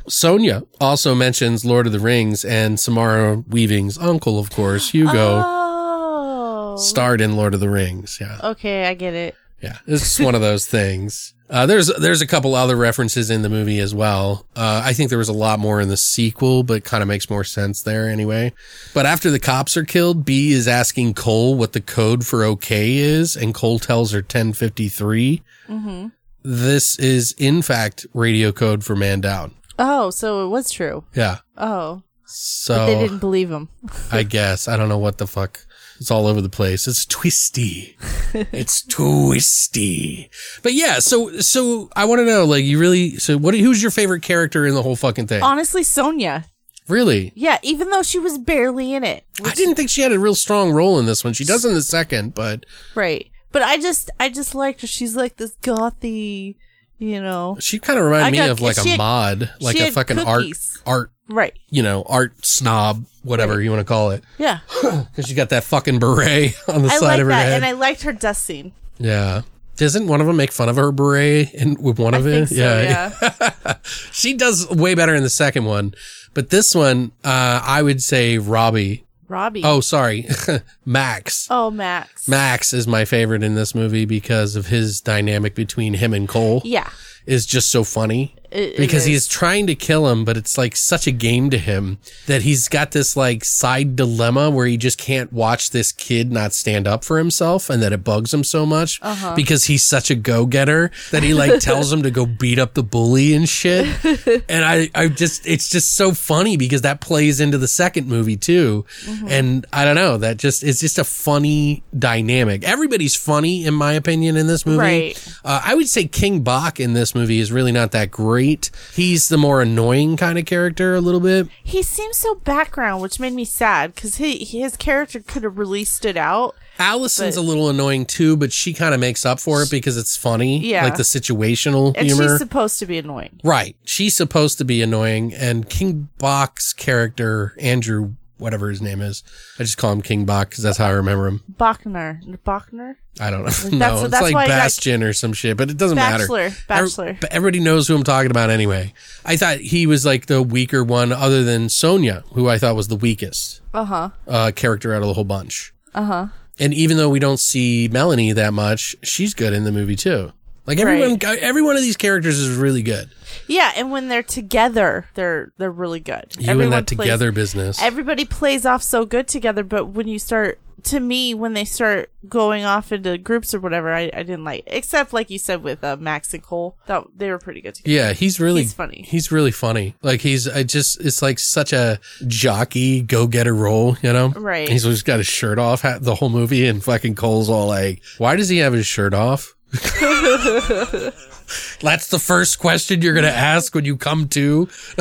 [SPEAKER 1] Sonia also mentions Lord of the Rings and Samara Weaving's uncle, of course, Hugo,
[SPEAKER 2] Oh.
[SPEAKER 1] starred in Lord of the Rings. Yeah.
[SPEAKER 2] Okay, I get it.
[SPEAKER 1] Yeah, it's just one of those things. Uh, there's there's a couple other references in the movie as well. Uh, I think there was a lot more in the sequel, but kind of makes more sense there anyway. But after the cops are killed, B is asking Cole what the code for OK is, and Cole tells her 1053.
[SPEAKER 2] Mm-hmm.
[SPEAKER 1] This is in fact radio code for man down.
[SPEAKER 2] Oh, so it was true.
[SPEAKER 1] Yeah,
[SPEAKER 2] Oh,
[SPEAKER 1] so
[SPEAKER 2] they didn't believe him.
[SPEAKER 1] I guess. I don't know what the fuck. It's all over the place. It's twisty. it's twisty. But yeah, so so I want to know, like, you really? So what? Who's your favorite character in the whole fucking thing?
[SPEAKER 2] Honestly, Sonia.
[SPEAKER 1] really?
[SPEAKER 2] Yeah, even though she was barely in it.
[SPEAKER 1] I didn't think she had a real strong role in this one. She does in the second, but
[SPEAKER 2] Right. But I just, I just liked her. She's like this gothy, you know.
[SPEAKER 1] she kind of reminded
[SPEAKER 2] I
[SPEAKER 1] me
[SPEAKER 2] got-
[SPEAKER 1] of like
[SPEAKER 2] she
[SPEAKER 1] a
[SPEAKER 2] had-
[SPEAKER 1] mod, like
[SPEAKER 2] she
[SPEAKER 1] a
[SPEAKER 2] had
[SPEAKER 1] fucking
[SPEAKER 2] cookies.
[SPEAKER 1] art art,
[SPEAKER 2] Right.
[SPEAKER 1] you know, art snob, whatever you want to call it,
[SPEAKER 2] Yeah.
[SPEAKER 1] because she got that fucking beret on the
[SPEAKER 2] I
[SPEAKER 1] side
[SPEAKER 2] like
[SPEAKER 1] of
[SPEAKER 2] that,
[SPEAKER 1] her head.
[SPEAKER 2] and I liked her dust scene.
[SPEAKER 1] yeah. Doesn't one of them make fun of her beret and with one
[SPEAKER 2] I
[SPEAKER 1] of it?
[SPEAKER 2] think so. Yeah.
[SPEAKER 1] She does way better in the second one, but this one, uh, I would say Robbie.
[SPEAKER 2] Robbie.
[SPEAKER 1] Oh, sorry, Max.
[SPEAKER 2] Oh, Max.
[SPEAKER 1] Max is my favorite in this movie because of his dynamic between him and Cole
[SPEAKER 2] Yeah.
[SPEAKER 1] is just so funny.
[SPEAKER 2] It- it
[SPEAKER 1] because
[SPEAKER 2] is.
[SPEAKER 1] he's trying to kill him, but it's like such a game to him that he's got this like side dilemma where he just can't watch this kid not stand up for himself and that it bugs him so much
[SPEAKER 2] Uh-huh.
[SPEAKER 1] because he's such a go getter that he like tells him to go beat up the bully and shit. and I, I just, it's just so funny because that plays into the second movie too.
[SPEAKER 2] Mm-hmm.
[SPEAKER 1] And I don't know, that just, it's just a funny dynamic. Everybody's funny, in my opinion, in this movie.
[SPEAKER 2] Right.
[SPEAKER 1] Uh, I would say King Bach in this movie is really not that great. He's the more annoying kind of character a little bit.
[SPEAKER 2] He seems so background, which made me sad because he his character could have really stood out.
[SPEAKER 1] Allison's
[SPEAKER 2] But-
[SPEAKER 1] a little annoying too, but she kind of makes up for it because it's funny.
[SPEAKER 2] Yeah.
[SPEAKER 1] Like the situational
[SPEAKER 2] And
[SPEAKER 1] humor.
[SPEAKER 2] she's supposed to be annoying.
[SPEAKER 1] right. She's supposed to be annoying. And King Bach's character, Andrew, whatever his name is, I just call him King Bach because that's how I remember him.
[SPEAKER 2] Bachner. Bachner?
[SPEAKER 1] I don't know.
[SPEAKER 2] that's-
[SPEAKER 1] no,
[SPEAKER 2] that's
[SPEAKER 1] it's
[SPEAKER 2] why
[SPEAKER 1] like
[SPEAKER 2] I got-
[SPEAKER 1] Bastion or some shit, but it doesn't
[SPEAKER 2] Bachelor,
[SPEAKER 1] matter.
[SPEAKER 2] Bachelor.
[SPEAKER 1] Every- But everybody knows who I'm talking about anyway. I thought he was like the weaker one, other than Sonia, who I thought was the weakest
[SPEAKER 2] Uh huh.
[SPEAKER 1] uh, character out of the whole
[SPEAKER 2] Uh-huh.
[SPEAKER 1] bunch. Uh huh. And even though we don't see Melanie that much, she's good in the movie too. Like everyone, every one of these characters is really good.
[SPEAKER 2] Yeah, and when they're together, they're they're really good.
[SPEAKER 1] You and that together business.
[SPEAKER 2] Everybody plays off so good together, but when you start to me, when they start going off into groups or whatever, I, I didn't like. Except like you said with uh, Max and Cole, that they were pretty good together.
[SPEAKER 1] yeah, he's really
[SPEAKER 2] He's funny.
[SPEAKER 1] He's really funny. Like he's, I just, it's like such a jockey go getter role, you know?
[SPEAKER 2] Right.
[SPEAKER 1] He's just got his shirt off ha- the whole movie, and fucking Cole's all like, "Why does he have his shirt off?" That's the first question you're gonna ask when you come to.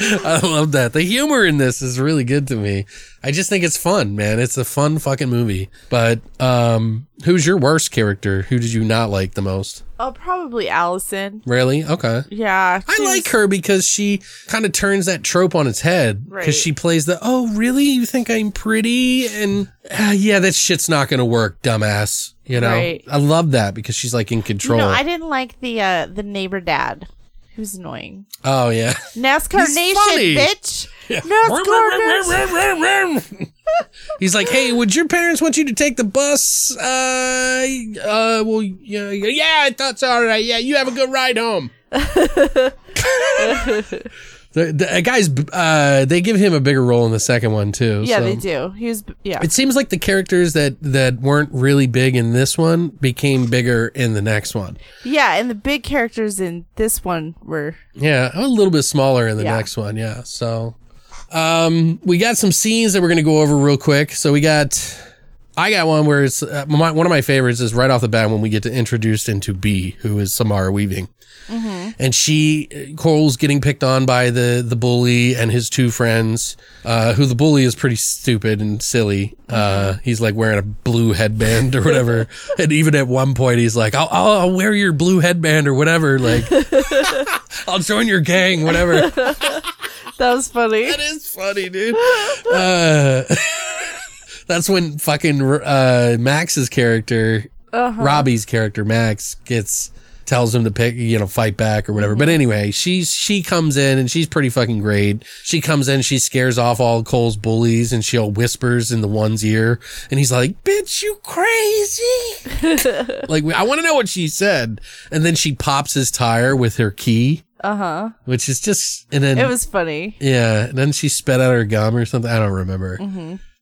[SPEAKER 1] I love that. The humor in this is really good to me. I just think it's fun, man. It's a fun fucking movie. But um who's your worst character? Who did you not like the most?
[SPEAKER 2] Oh, probably Allison.
[SPEAKER 1] Really? Okay.
[SPEAKER 2] Yeah,
[SPEAKER 1] I
[SPEAKER 2] she's-
[SPEAKER 1] like her because she kind of turns that trope on its head. Because
[SPEAKER 2] Right.
[SPEAKER 1] she plays the, oh, really? You think I'm pretty? And "Ah, yeah, that shit's not going to work, dumbass. You know?
[SPEAKER 2] Right.
[SPEAKER 1] I love that because she's like in
[SPEAKER 2] You
[SPEAKER 1] control.
[SPEAKER 2] know, I didn't like the uh, the neighbor dad, who's annoying.
[SPEAKER 1] oh, yeah.
[SPEAKER 2] NASCAR
[SPEAKER 1] He's
[SPEAKER 2] Nation,
[SPEAKER 1] funny.
[SPEAKER 2] bitch. NASCAR Nation.
[SPEAKER 1] He's like, hey, would your parents want you to take the bus? Uh, uh, well, yeah, yeah, I thought so. All right, yeah, you have a good ride home. the, the uh, guys, uh, they give him a bigger role in the second one too.
[SPEAKER 2] Yeah,
[SPEAKER 1] so.
[SPEAKER 2] they do. He was, yeah.
[SPEAKER 1] It seems like the characters that that weren't really big in this one became bigger in the next one.
[SPEAKER 2] Yeah, and the big characters in this one were
[SPEAKER 1] Yeah, a little bit smaller in the
[SPEAKER 2] Yeah.
[SPEAKER 1] next one. Yeah. So, um, we got some scenes that we're gonna go over real quick. So we got, I got one where it's uh, my, one of my favorites is right off the bat when we get to introduced into B, who is Samara Weaving, and she Cole's getting picked on by the the bully and his two friends, uh, who the bully is pretty stupid and silly. Uh, he's like wearing a blue headband or whatever, and even at one point he's like, "I'll I'll, I'll wear your blue headband or whatever," like. I'll join your gang, whatever. that
[SPEAKER 2] that was funny.
[SPEAKER 1] is funny, dude. Uh, that's when fucking uh, Max's character,
[SPEAKER 2] Uh-huh.
[SPEAKER 1] Robbie's character, Max gets tells him to pick, you know, fight back or whatever.
[SPEAKER 2] Mm-hmm.
[SPEAKER 1] But anyway, she's she comes in and she's pretty fucking great. She comes in, she scares off all Cole's bullies, and she all whispers in the one's ear, and he's like, "Bitch, you crazy!" like, I want to know what she said, and then she pops his tire with her key. Uh huh. Which is just, and then
[SPEAKER 2] Uh-huh. It was funny.
[SPEAKER 1] yeah, and then she spit out her gum or something. I don't remember.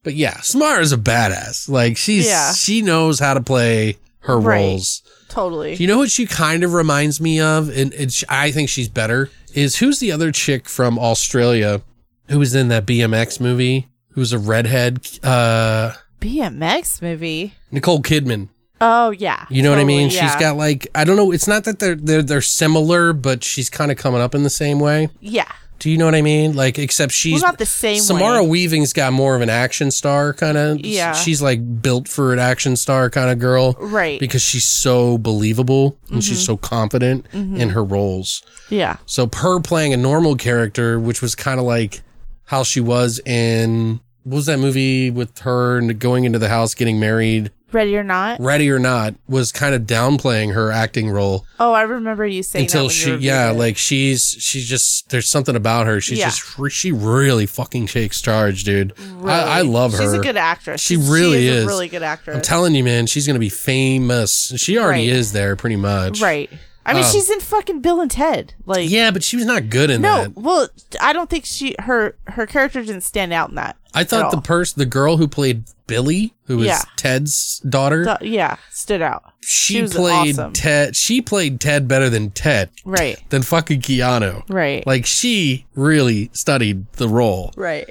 [SPEAKER 1] But yeah, Samara's a badass. Like she's
[SPEAKER 2] Mm-hmm. Yeah.
[SPEAKER 1] she knows how to play her
[SPEAKER 2] Right.
[SPEAKER 1] roles.
[SPEAKER 2] Totally.
[SPEAKER 1] You know what she kind of reminds me of, and it's, I think she's better. Is who's the other chick from Australia who was in that BMX movie? Who's a redhead? Uh,
[SPEAKER 2] BMX movie.
[SPEAKER 1] Nicole Kidman.
[SPEAKER 2] Oh yeah.
[SPEAKER 1] You know what I
[SPEAKER 2] Totally,
[SPEAKER 1] mean?
[SPEAKER 2] yeah.
[SPEAKER 1] She's got like I don't know. It's not that they're they're they're similar, but she's kind of coming up in the same way.
[SPEAKER 2] yeah.
[SPEAKER 1] Do you know what I mean? Like, except she's
[SPEAKER 2] not the same
[SPEAKER 1] Samara
[SPEAKER 2] way.
[SPEAKER 1] Weaving's got more of an action star kind of.
[SPEAKER 2] Yeah.
[SPEAKER 1] she's like built for an action star kind of girl,
[SPEAKER 2] Right. Mm-hmm.
[SPEAKER 1] Because she's so believable and she's so confident in her roles.
[SPEAKER 2] Yeah.
[SPEAKER 1] So her playing a normal character, which was kind of like how she was in what was that movie with her and going into the house, getting married,
[SPEAKER 2] Ready or not?
[SPEAKER 1] ready or not, was kind of downplaying her acting role
[SPEAKER 2] Oh, I remember you saying that
[SPEAKER 1] until
[SPEAKER 2] when you
[SPEAKER 1] she
[SPEAKER 2] reviewed
[SPEAKER 1] yeah
[SPEAKER 2] it.
[SPEAKER 1] like she's she's just there's something about her she's
[SPEAKER 2] Yeah.
[SPEAKER 1] just re- she really fucking shakes charge dude I, I
[SPEAKER 2] Really.
[SPEAKER 1] love her
[SPEAKER 2] She's a good actress.
[SPEAKER 1] She
[SPEAKER 2] She's-
[SPEAKER 1] really
[SPEAKER 2] she is,
[SPEAKER 1] is.
[SPEAKER 2] a really good actress.
[SPEAKER 1] i'm telling you man she's gonna be famous she already
[SPEAKER 2] Right.
[SPEAKER 1] is there pretty much
[SPEAKER 2] right. I mean,
[SPEAKER 1] Um,
[SPEAKER 2] she's in fucking Bill and Ted. Like
[SPEAKER 1] yeah but she was not good in
[SPEAKER 2] No,
[SPEAKER 1] that
[SPEAKER 2] well, I don't think she her her character didn't stand out in that.
[SPEAKER 1] i thought
[SPEAKER 2] at
[SPEAKER 1] the
[SPEAKER 2] all.
[SPEAKER 1] person the girl who played billy who was
[SPEAKER 2] Yeah.
[SPEAKER 1] ted's daughter
[SPEAKER 2] Th- yeah stood out.
[SPEAKER 1] she,
[SPEAKER 2] she was
[SPEAKER 1] played
[SPEAKER 2] awesome.
[SPEAKER 1] ted she played ted better than ted
[SPEAKER 2] Right.
[SPEAKER 1] than fucking keanu
[SPEAKER 2] Right.
[SPEAKER 1] like she really studied the role
[SPEAKER 2] right.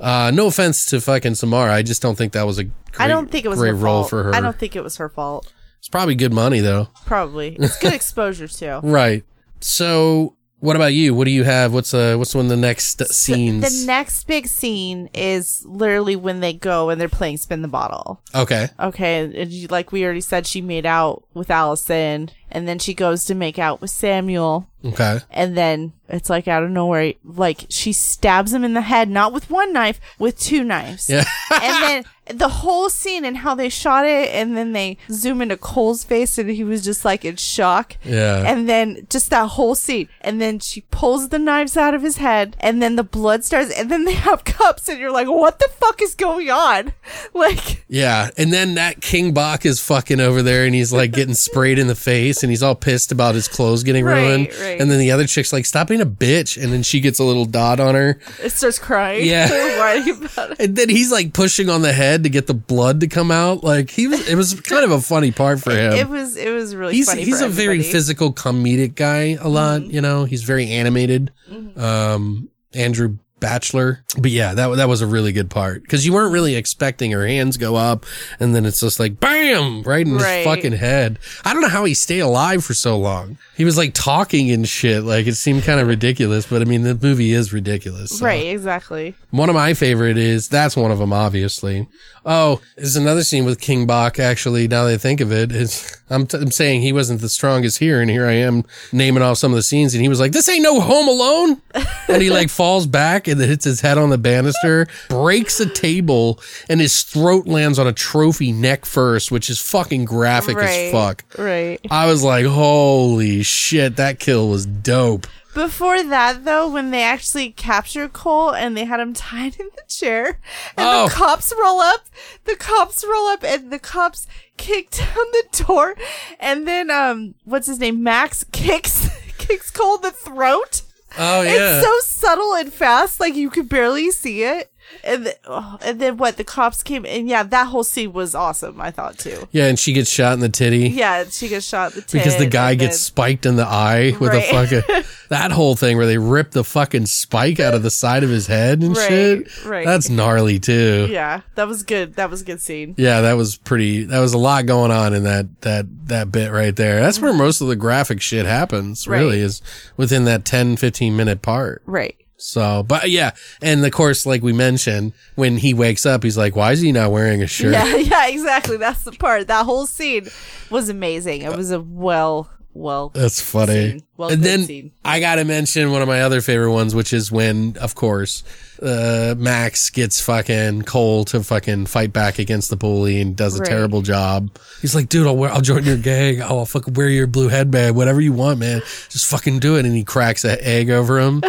[SPEAKER 1] Uh, no offense to fucking Samara, I just don't think that was a great,
[SPEAKER 2] I don't think it was
[SPEAKER 1] great
[SPEAKER 2] her
[SPEAKER 1] role
[SPEAKER 2] fault.
[SPEAKER 1] for her.
[SPEAKER 2] I don't think it was her fault.
[SPEAKER 1] it's probably good money though,
[SPEAKER 2] Probably. It's good exposure too.
[SPEAKER 1] right? So, what about you? What do you have? What's uh, what's one of the next scenes?
[SPEAKER 2] The next big scene is literally when they go and they're playing spin the bottle.
[SPEAKER 1] okay,
[SPEAKER 2] Okay, and you, like we already said, she made out with Allison, and then she goes to make out with Samuel.
[SPEAKER 1] Okay.
[SPEAKER 2] And then it's like out of nowhere, like she stabs him in the head, not with one knife, with two knives.
[SPEAKER 1] Yeah.
[SPEAKER 2] and then the whole scene and how they shot it, and then they zoom into Cole's face, and he was just like in shock.
[SPEAKER 1] Yeah.
[SPEAKER 2] And then just that whole scene, and then she pulls the knives out of his head, and then the blood starts, and then they have cups, and you're like, what the fuck is going on? Like,
[SPEAKER 1] Yeah. And then that King Bach is fucking over there and he's like getting sprayed in the face and he's all pissed about his clothes getting
[SPEAKER 2] Right,
[SPEAKER 1] ruined.
[SPEAKER 2] right.
[SPEAKER 1] And then the other chick's like, stop being a bitch. And then she gets a little dot on her.
[SPEAKER 2] it starts crying.
[SPEAKER 1] Yeah.
[SPEAKER 2] Worrying about it.
[SPEAKER 1] And then he's like pushing on the head to get the blood to come out. Like he was, it was kind of a funny part for him.
[SPEAKER 2] It was it was really
[SPEAKER 1] Um, he's
[SPEAKER 2] funny.
[SPEAKER 1] he's
[SPEAKER 2] for
[SPEAKER 1] a very
[SPEAKER 2] everybody. Mm-hmm.
[SPEAKER 1] physical comedic guy a lot you know he's very animated um andrew bachelor but yeah that that was a really good part because you weren't really expecting her hands go up and then it's just like bam right in
[SPEAKER 2] Right.
[SPEAKER 1] his fucking head i don't know how he stayed alive for so long he was like talking and shit like it seemed kind of ridiculous but i mean the movie is ridiculous so.
[SPEAKER 2] Right, exactly.
[SPEAKER 1] One of my favorite is that's one of them, obviously. Oh, there's another scene with King Bach. Actually, now that I think of it, is I'm, t- I'm saying he wasn't the strongest here, and here I am naming off some of the scenes, and he was like, "This ain't no Home Alone," and he like falls back and then hits his head on the banister, breaks a table, and his throat lands on a trophy neck first, which is fucking graphic
[SPEAKER 2] Right.
[SPEAKER 1] as fuck.
[SPEAKER 2] Right.
[SPEAKER 1] I was like, "Holy shit, that kill was dope."
[SPEAKER 2] Before that, though, when they actually captured Cole and they had him tied in the chair, and
[SPEAKER 1] Oh.
[SPEAKER 2] the cops roll up, the cops roll up, and the cops kick down the door, and then um, what's his name? Max kicks kicks Cole in the throat.
[SPEAKER 1] Oh yeah.
[SPEAKER 2] It's so subtle and fast, like you could barely see it. And th- oh, and then what? The cops came, and yeah, that whole scene was awesome. I thought too.
[SPEAKER 1] yeah, and she gets shot in the titty.
[SPEAKER 2] Yeah, she gets shot in the tit,
[SPEAKER 1] because the guy
[SPEAKER 2] and
[SPEAKER 1] gets
[SPEAKER 2] then-
[SPEAKER 1] spiked in the eye with
[SPEAKER 2] Right.
[SPEAKER 1] a fucking that whole thing where they rip the fucking spike out of the side of his head and
[SPEAKER 2] Right,
[SPEAKER 1] shit.
[SPEAKER 2] right.
[SPEAKER 1] That's gnarly too. Yeah.
[SPEAKER 2] Yeah, that was good. That was a good scene.
[SPEAKER 1] that was pretty. That was a lot going on in that that that bit right there. That's where most of the graphic shit happens.
[SPEAKER 2] Mm-hmm. Right.
[SPEAKER 1] Really, is within that 10, 15 minute part.
[SPEAKER 2] Right.
[SPEAKER 1] So, but yeah, and of course, like we mentioned, when he wakes up, he's like, "Why is he not wearing a shirt?"
[SPEAKER 2] Yeah, yeah, exactly. That's the part. That whole scene was amazing.
[SPEAKER 1] Uh,
[SPEAKER 2] It was a well, well.
[SPEAKER 1] That's funny.
[SPEAKER 2] Scene. Well,
[SPEAKER 1] and
[SPEAKER 2] good
[SPEAKER 1] then
[SPEAKER 2] scene.
[SPEAKER 1] I gotta mention one of my other favorite ones, which is when, of course, uh, Max gets fucking Cole to fucking fight back against the bully and does a
[SPEAKER 2] Right.
[SPEAKER 1] terrible job. He's like, "Dude, I'll wear, I'll join your gang. I'll fucking wear your blue headband, whatever you want, man. Just fucking do it." And he cracks an egg over him.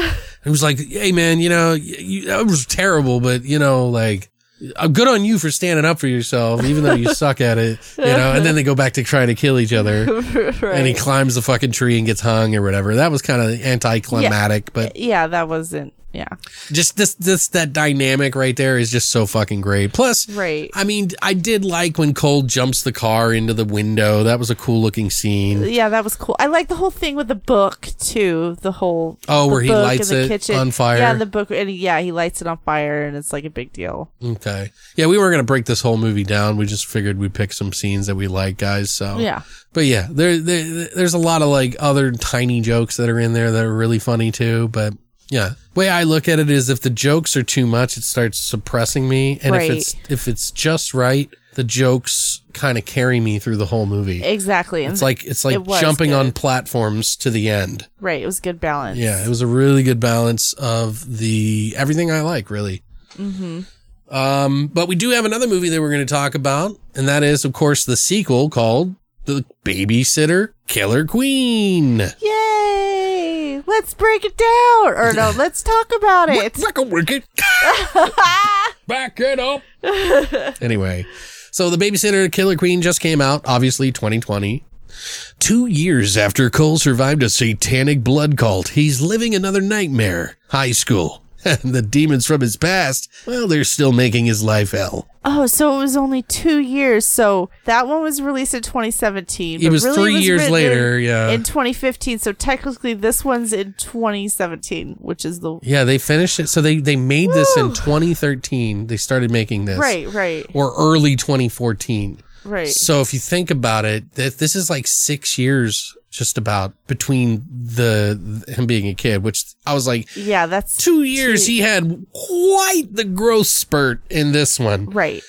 [SPEAKER 1] He was like, "Hey, man, you know, you, you, that was terrible, but you know, like." I'm uh, good on you for standing up for yourself, even though you suck at it, you know. And then they go back to trying to kill each other
[SPEAKER 2] right.
[SPEAKER 1] and he climbs the fucking tree and gets hung or whatever. That was kind of anticlimactic, but
[SPEAKER 2] yeah, that wasn't. Yeah,
[SPEAKER 1] just this this that dynamic right there is just so fucking great. Plus,
[SPEAKER 2] Right.
[SPEAKER 1] I mean, I did like when Cole jumps the car into the window. That was a cool looking scene.
[SPEAKER 2] yeah, that was cool. I like the whole thing with the book too. The whole
[SPEAKER 1] Oh,
[SPEAKER 2] the
[SPEAKER 1] where he
[SPEAKER 2] book in
[SPEAKER 1] lights
[SPEAKER 2] the
[SPEAKER 1] it on fire.
[SPEAKER 2] Yeah, and the book, and yeah, he lights it on fire, and it's like a big deal.
[SPEAKER 1] Okay, yeah, we weren't gonna break this whole movie down. We just figured we'd pick some scenes that we like, guys. So
[SPEAKER 2] Yeah.
[SPEAKER 1] but yeah, there, there there's a lot of like other tiny jokes that are in there that are really funny too. But yeah, way I look at it is if the jokes are too much, it starts suppressing me, and
[SPEAKER 2] Right.
[SPEAKER 1] if it's if it's just right, the jokes kind of carry me through the whole movie.
[SPEAKER 2] Exactly. And
[SPEAKER 1] it's like it's like
[SPEAKER 2] it was
[SPEAKER 1] jumping on
[SPEAKER 2] good.
[SPEAKER 1] platforms to the end.
[SPEAKER 2] right, it was good balance.
[SPEAKER 1] Yeah, it was a really good balance of the everything I like, really. Um, but we do have another movie that we're going to talk about, and that is, of course, the sequel called The Babysitter Killer Queen.
[SPEAKER 2] Yay! Let's break it down, or no, let's talk about it.
[SPEAKER 1] Like a wicked. Back it up. anyway, so The Babysitter Killer Queen just came out, obviously 2020. Two years after Cole survived a satanic blood cult, he's living another nightmare. High school. And the demons from his past, well, they're still making his life hell.
[SPEAKER 2] Oh, so it was only two years. So that one was released in 2017.
[SPEAKER 1] It
[SPEAKER 2] but
[SPEAKER 1] was three years
[SPEAKER 2] written
[SPEAKER 1] later,
[SPEAKER 2] in-
[SPEAKER 1] yeah.
[SPEAKER 2] In 2015. So technically, this one's in 2017, which is the.
[SPEAKER 1] Yeah, they finished it. So they, they made this in 2013. They started making this.
[SPEAKER 2] Right, right,
[SPEAKER 1] Or early 2014.
[SPEAKER 2] right.
[SPEAKER 1] So if you think about it, that this is like six years just about between the him being a kid, which I was like
[SPEAKER 2] yeah, that's.
[SPEAKER 1] two years. He had quite the growth spurt in this one.
[SPEAKER 2] Right.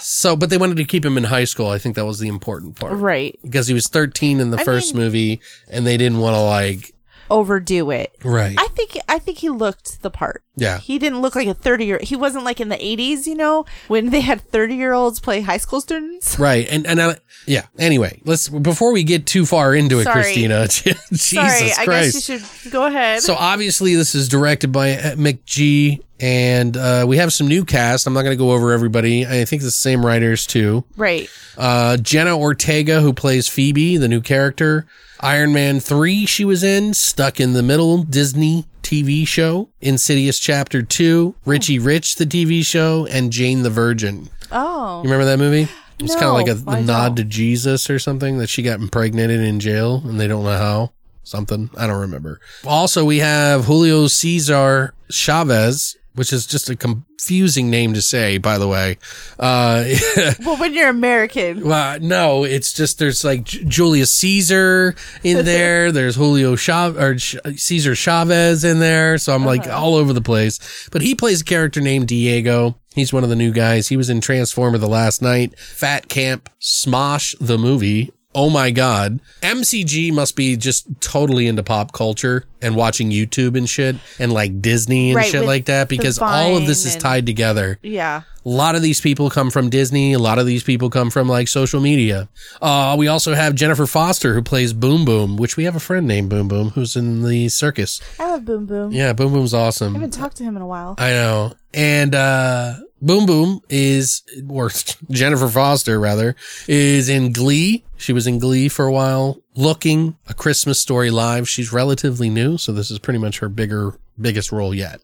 [SPEAKER 1] So, but they wanted to keep him in high school. I think that was the important part.
[SPEAKER 2] Right.
[SPEAKER 1] Because he was 13 in the
[SPEAKER 2] I
[SPEAKER 1] first
[SPEAKER 2] mean-
[SPEAKER 1] movie and they didn't want to like,
[SPEAKER 2] Overdo it.
[SPEAKER 1] right.
[SPEAKER 2] I think I think he looked the part.
[SPEAKER 1] yeah.
[SPEAKER 2] He didn't look like a 30 year he wasn't like in the 80s, you know, when they had 30 year olds play high school students.
[SPEAKER 1] Right. And, and I, yeah. Anyway, let's, before we get too far into it,
[SPEAKER 2] Sorry.
[SPEAKER 1] Christina, Jesus
[SPEAKER 2] Sorry,
[SPEAKER 1] Christ.
[SPEAKER 2] I guess you should go ahead.
[SPEAKER 1] So obviously, this is directed by uh, McG, and uh, we have some new cast. I'm not going to go over everybody. I think it's the same writers too.
[SPEAKER 2] right.
[SPEAKER 1] Uh, Jenna Ortega, who plays Phoebe, the new character. Iron Man three, she was in Stuck in the Middle, Disney TV show. Insidious Chapter two, Richie Rich, the TV show, and Jane the Virgin.
[SPEAKER 2] Oh.
[SPEAKER 1] You remember that movie? It's kind
[SPEAKER 2] No,
[SPEAKER 1] of like a,
[SPEAKER 2] I
[SPEAKER 1] a nod
[SPEAKER 2] don't.
[SPEAKER 1] to Jesus or something that she got impregnated in jail and they don't know how. Something. I don't remember. Also, we have Julio Cesar Chavez, which is just a confusing name to say, by the way. Uh,
[SPEAKER 2] Well, when you're American.
[SPEAKER 1] well, no, it's just there's like J- Julius Caesar in there. there's Julio Chavez or Ch- Caesar Chavez in there. So I'm like
[SPEAKER 2] Uh-huh.
[SPEAKER 1] all over the place. But he plays a character named Diego. He's one of the new guys. He was in Transformer the last night, Fat Camp, Smosh the movie. Oh my God. MCG must be just totally into pop culture and watching YouTube and shit and like Disney and
[SPEAKER 2] Right,
[SPEAKER 1] shit
[SPEAKER 2] with
[SPEAKER 1] like that
[SPEAKER 2] the
[SPEAKER 1] because all of this
[SPEAKER 2] Vine
[SPEAKER 1] is
[SPEAKER 2] and-
[SPEAKER 1] tied together
[SPEAKER 2] Yeah.
[SPEAKER 1] a lot of these people come from Disney. A lot of these people come from like social media. Uh, we also have Jennifer Foster who plays Boom Boom, which we have a friend named Boom Boom who's in the circus.
[SPEAKER 2] I love Boom Boom.
[SPEAKER 1] Yeah, Boom Boom's
[SPEAKER 2] I
[SPEAKER 1] awesome.
[SPEAKER 2] haven't talked to him in a while.
[SPEAKER 1] I know. And uh, Boom Boom is, or Jennifer Foster rather, is in Glee. She was in Glee for a while. Looking a Christmas Story Live. She's relatively new, so this is pretty much her bigger, biggest role yet.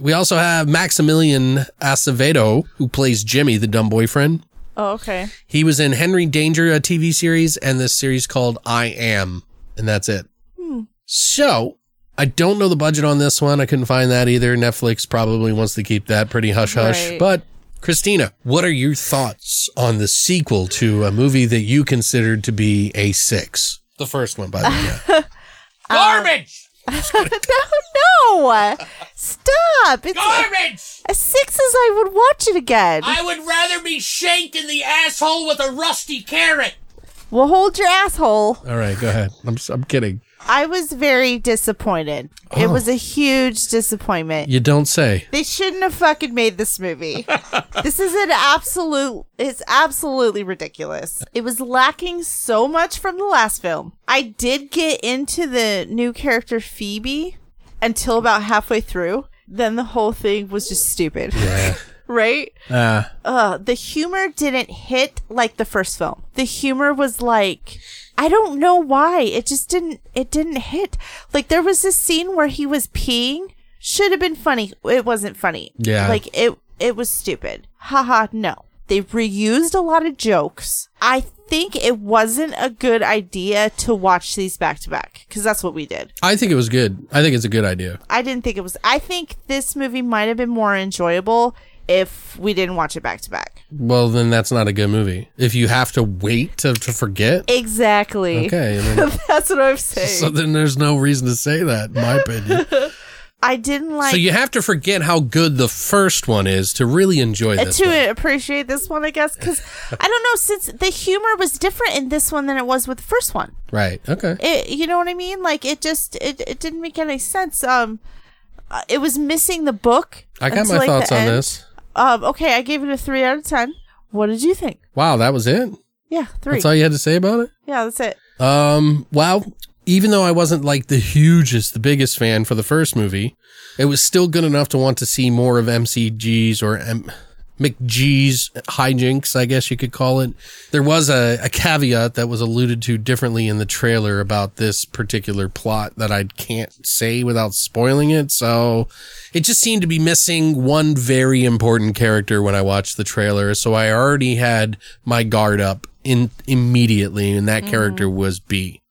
[SPEAKER 1] We also have Maximilian Acevedo, who plays Jimmy, the dumb boyfriend.
[SPEAKER 2] Oh, okay.
[SPEAKER 1] He was in Henry Danger, a TV series, and this series called I Am, and that's it. So I don't know the budget on this one. I couldn't find that either. Netflix probably wants to keep that pretty hush hush.
[SPEAKER 2] Right.
[SPEAKER 1] But Christina, what are your thoughts on the sequel to a movie that you considered to be a six? The first one, by the way. yeah. Garbage!
[SPEAKER 2] no, no. Stop. It's
[SPEAKER 1] Garbage!
[SPEAKER 2] a six is I would watch it again.
[SPEAKER 1] would rather be shanked in the asshole with a rusty carrot.
[SPEAKER 2] well, hold your asshole.
[SPEAKER 1] All right, go ahead. I'm, s- I'm kidding.
[SPEAKER 2] I was very disappointed. It
[SPEAKER 1] Oh.
[SPEAKER 2] was a huge disappointment.
[SPEAKER 1] You don't say.
[SPEAKER 2] They shouldn't have fucking made this movie. this is an absolute it's absolutely ridiculous. It was lacking so much from the last film. I did get into the new character Phoebe until about halfway through. Then the whole thing was just stupid. right?
[SPEAKER 1] Uh,
[SPEAKER 2] uh, the humor didn't hit like the first film. The humor was like, I don't know why. It just didn't, it didn't hit. Like there was this scene where he was peeing. Should have been funny. It wasn't funny.
[SPEAKER 1] Yeah.
[SPEAKER 2] Like it, it was stupid. Haha, no. They reused a lot of jokes. I think it wasn't a good idea to watch these back to back because that's what we did.
[SPEAKER 1] I think it was good. I think it's a good idea.
[SPEAKER 2] I didn't think it was, I think this movie might have been more enjoyable if we didn't watch it back to back.
[SPEAKER 1] Well, then that's not a good movie. If you have to wait to, to forget,
[SPEAKER 2] Exactly.
[SPEAKER 1] okay. then-
[SPEAKER 2] That's what I'm saying.
[SPEAKER 1] so then there's no reason to say that, in my opinion.
[SPEAKER 2] I didn't like
[SPEAKER 1] so you have to forget how good the first one is to really enjoy
[SPEAKER 2] uh,
[SPEAKER 1] this.
[SPEAKER 2] to
[SPEAKER 1] one.
[SPEAKER 2] appreciate this one, I guess, because I don't know since the humor was different in this one than it was with the first one.
[SPEAKER 1] Right. Okay.
[SPEAKER 2] It, you know what I mean? Like it just it, it didn't make any sense. Um, uh, it was missing the book.
[SPEAKER 1] I got
[SPEAKER 2] until,
[SPEAKER 1] my
[SPEAKER 2] like,
[SPEAKER 1] thoughts
[SPEAKER 2] the
[SPEAKER 1] on
[SPEAKER 2] end.
[SPEAKER 1] this.
[SPEAKER 2] Um, okay, I gave it a three out of ten. What did you think?
[SPEAKER 1] Wow, that was it.
[SPEAKER 2] Yeah, three.
[SPEAKER 1] That's all you had to say about it.
[SPEAKER 2] yeah, that's it.
[SPEAKER 1] Um, wow. Even though I wasn't like the hugest, the biggest fan for the first movie, it was still good enough to want to see more of MCG's or M- McG's hijinks, I guess you could call it. There was a, a caveat that was alluded to differently in the trailer about this particular plot that I can't say without spoiling it. So it just seemed to be missing one very important character when I watched the trailer. So I already had my guard up in immediately, and that character was B.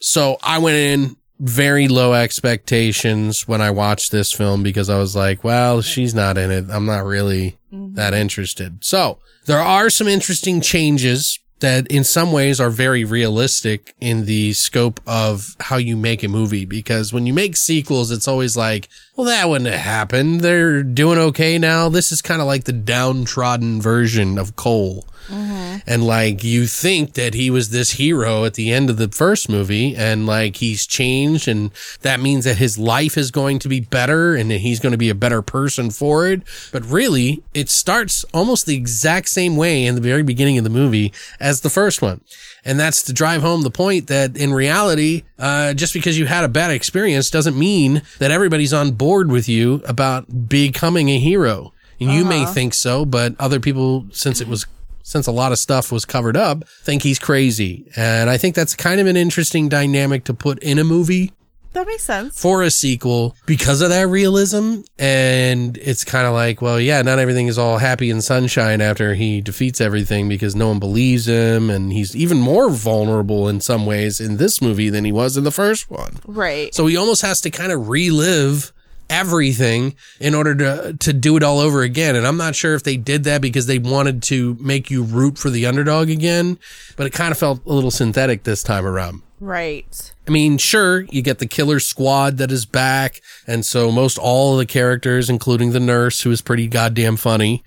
[SPEAKER 1] So I went in very low expectations when I watched this film because I was like, well, she's not in it. I'm not really that interested. So there are some interesting changes that in some ways are very realistic in the scope of how you make a movie. Because when you make sequels, it's always like, well, that wouldn't have happened. They're doing okay now. This is kind of like the downtrodden version of Cole. And like you think that he was this hero at the end of the first movie, and like he's changed, and that means that his life is going to be better and that he's going to be a better person for it. But really, it starts almost the exact same way in the very beginning of the movie as the first one. And that's to drive home the point that in reality, uh, just because you had a bad experience doesn't mean that everybody's on board with you about becoming a hero. And you may think so, but other people, since it was since a lot of stuff was covered up, think he's crazy. And I think that's kind of an interesting dynamic to put in a movie
[SPEAKER 2] That makes sense.
[SPEAKER 1] for a sequel because of that realism. And it's kind of like, well, yeah, not everything is all happy and sunshine after he defeats everything because no one believes him. And he's even more vulnerable in some ways in this movie than he was in the first one.
[SPEAKER 2] Right.
[SPEAKER 1] So he almost has to kind of relive everything in order to to do it all over again. And I'm not sure if they did that because they wanted to make you root for the underdog again, but it kind of felt a little synthetic this time around.
[SPEAKER 2] Right.
[SPEAKER 1] I mean, sure, you get the killer squad that is back, and so most all of the characters, including the nurse, who is pretty goddamn funny.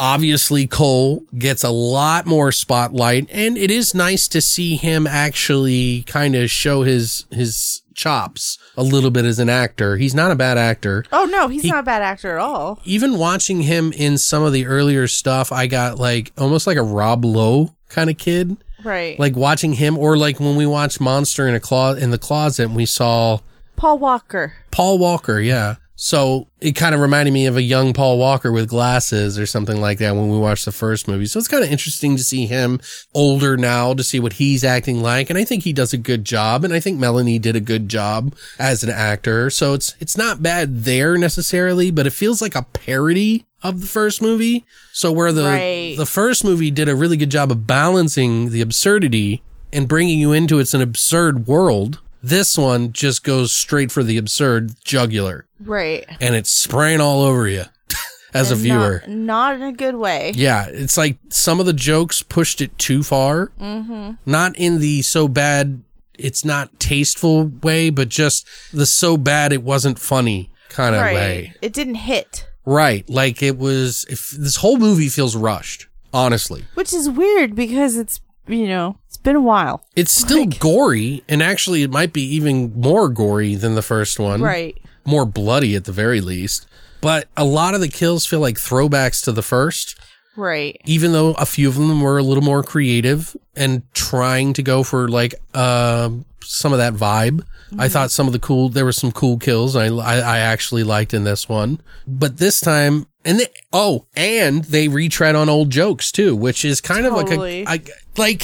[SPEAKER 1] Obviously, Cole gets a lot more spotlight, and it is nice to see him actually kind of show his his chops a little bit as an actor. He's not a bad actor
[SPEAKER 2] Oh no, he's not a bad actor at all.
[SPEAKER 1] even watching him in some of the earlier stuff, I got like almost like a Rob Lowe kind of kid.
[SPEAKER 2] Right.
[SPEAKER 1] Like watching him, or like when we watched Monster in a Clo- in the Closet, and we saw
[SPEAKER 2] Paul Walker.
[SPEAKER 1] Paul Walker. Yeah, so it kind of reminded me of a young Paul Walker with glasses or something like that when we watched the first movie. So it's kind of interesting to see him older now to see what he's acting like, and I think he does a good job, and I think Melanie did a good job as an actor. So it's it's not bad there necessarily, but it feels like a parody of the first movie. So where the
[SPEAKER 2] Right.
[SPEAKER 1] the first movie did a really good job of balancing the absurdity and bringing you into it's an absurd world. This one just goes straight for the absurd jugular
[SPEAKER 2] Right.
[SPEAKER 1] and it's spraying all over you as a
[SPEAKER 2] And
[SPEAKER 1] viewer.
[SPEAKER 2] Not, not in a good way.
[SPEAKER 1] yeah, it's like some of the jokes pushed it too far. Mm-hmm. Not in the so bad it's not tasteful way, but just the so bad it wasn't funny kind of
[SPEAKER 2] right.
[SPEAKER 1] way.
[SPEAKER 2] It didn't hit.
[SPEAKER 1] Right. Like it was if this whole movie feels rushed, honestly.
[SPEAKER 2] Which is weird because it's you know, it's been a while.
[SPEAKER 1] It's still
[SPEAKER 2] Like-
[SPEAKER 1] gory, and actually it might be even more gory than the first one.
[SPEAKER 2] Right.
[SPEAKER 1] More bloody at the very least. But a lot of the kills feel like throwbacks to the first.
[SPEAKER 2] Right.
[SPEAKER 1] even though a few of them were a little more creative and trying to go for like um some of that vibe. I thought some of the cool there were some cool kills I, I I actually liked in this one, but this time and they, oh and they retread on old jokes too, which is kind
[SPEAKER 2] Totally.
[SPEAKER 1] of like a, I, like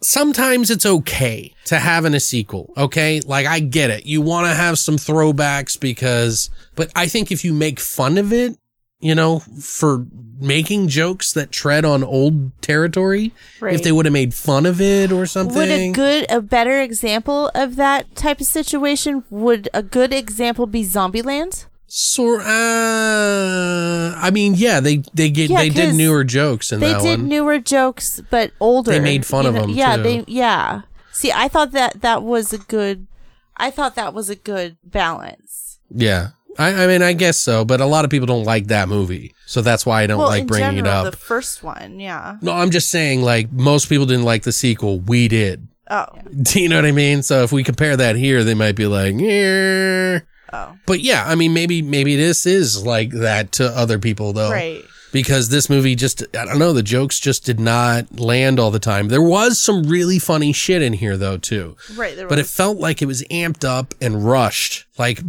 [SPEAKER 1] sometimes it's okay to have in a sequel. Okay, like I get it, you want to have some throwbacks because, but I think if you make fun of it you know, for making jokes that tread on old territory. If
[SPEAKER 2] Right.
[SPEAKER 1] they would have made fun of it or something.
[SPEAKER 2] Would a good a better example of that type of situation would a good example be Zombieland?
[SPEAKER 1] Sor- uh, I mean, yeah, they they get
[SPEAKER 2] Yeah,
[SPEAKER 1] they did
[SPEAKER 2] 'cause
[SPEAKER 1] newer jokes in
[SPEAKER 2] They
[SPEAKER 1] that
[SPEAKER 2] did
[SPEAKER 1] one.
[SPEAKER 2] newer jokes but older.
[SPEAKER 1] They made fun
[SPEAKER 2] You
[SPEAKER 1] of
[SPEAKER 2] know-
[SPEAKER 1] them,
[SPEAKER 2] Yeah,
[SPEAKER 1] too.
[SPEAKER 2] they yeah. See, I thought that that was a good I thought that was a good balance.
[SPEAKER 1] yeah. I, I mean, I guess so, but a lot of people don't like that movie, so that's why I don't
[SPEAKER 2] well,
[SPEAKER 1] like
[SPEAKER 2] in
[SPEAKER 1] bringing
[SPEAKER 2] general,
[SPEAKER 1] it up.
[SPEAKER 2] the first one, yeah.
[SPEAKER 1] no, I'm just saying, like most people didn't like the sequel. We did.
[SPEAKER 2] Oh,
[SPEAKER 1] Do you know what I mean? So if we compare that here, they might be like, yeah.
[SPEAKER 2] oh,
[SPEAKER 1] But yeah, I mean, maybe maybe this is like that to other people though.
[SPEAKER 2] right.
[SPEAKER 1] because this movie just I don't know the jokes just did not land all the time. There was some really funny shit in here though too,
[SPEAKER 2] Right. There
[SPEAKER 1] but it
[SPEAKER 2] was.
[SPEAKER 1] felt like it was amped up and rushed. Like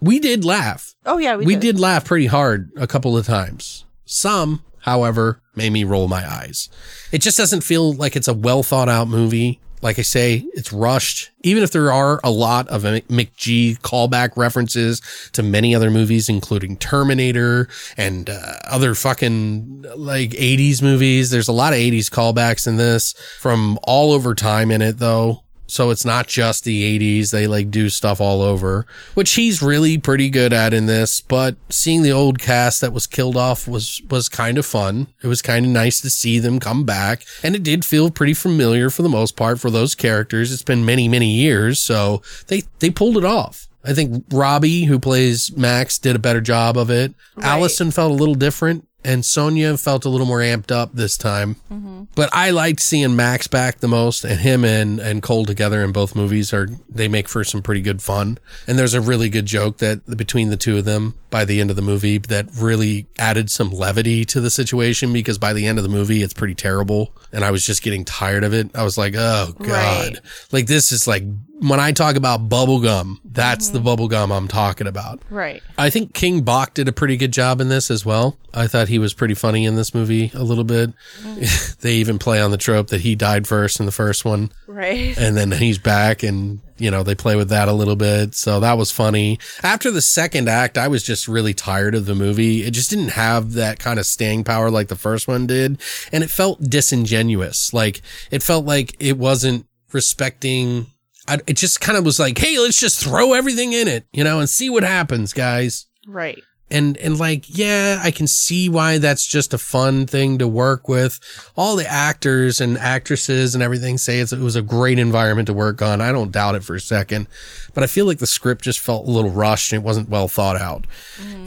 [SPEAKER 1] we did laugh.
[SPEAKER 2] oh, yeah, we,
[SPEAKER 1] We, did. laugh pretty hard a couple of times. Some, however, made me roll my eyes. It just doesn't feel like it's a well thought out movie. Like I say, it's rushed. Even if there are a lot of M- McG callback references to many other movies, including Terminator and uh, other fucking like 80s movies, there's a lot of 80s callbacks in this from all over time in it, though. So it's not just the 80s. They like do stuff all over, which he's really pretty good at in this. But seeing the old cast that was killed off was, was kind of fun. It was kind of nice to see them come back. And it did feel pretty familiar for the most part for those characters. It's been many, many years. So they, they pulled it off. I think Robbie, who plays Max, did a better job of it. Allison felt a little different, and Sonia felt a little more amped up this time. But I liked seeing Max back the most, and him and and Cole together in both movies are they make for some pretty good fun. And there's a really good joke that between the two of them by the end of the movie that really added some levity to the situation because by the end of the movie it's pretty terrible, and I was just getting tired of it. I was like, oh god,
[SPEAKER 2] Right.
[SPEAKER 1] like this is like when I talk about bubblegum, that's the bubble the bubblegum I'm talking about.
[SPEAKER 2] Right.
[SPEAKER 1] I think King Bach did a pretty good job in this as well. I thought he was pretty funny in this movie a little bit. they even play on the trope that he died first in the first one
[SPEAKER 2] Right.
[SPEAKER 1] and then he's back and you know they play with that a little bit so that was funny after the second act i was just really tired of the movie it just didn't have that kind of staying power like the first one did and it felt disingenuous like it felt like it wasn't respecting I, it just kind of was like hey let's just throw everything in it you know and see what happens guys
[SPEAKER 2] Right.
[SPEAKER 1] and and like yeah i can see why that's just a fun thing to work with all the actors and actresses and everything say it's, it was a great environment to work on i don't doubt it for a second but i feel like the script just felt a little rushed and it wasn't well thought out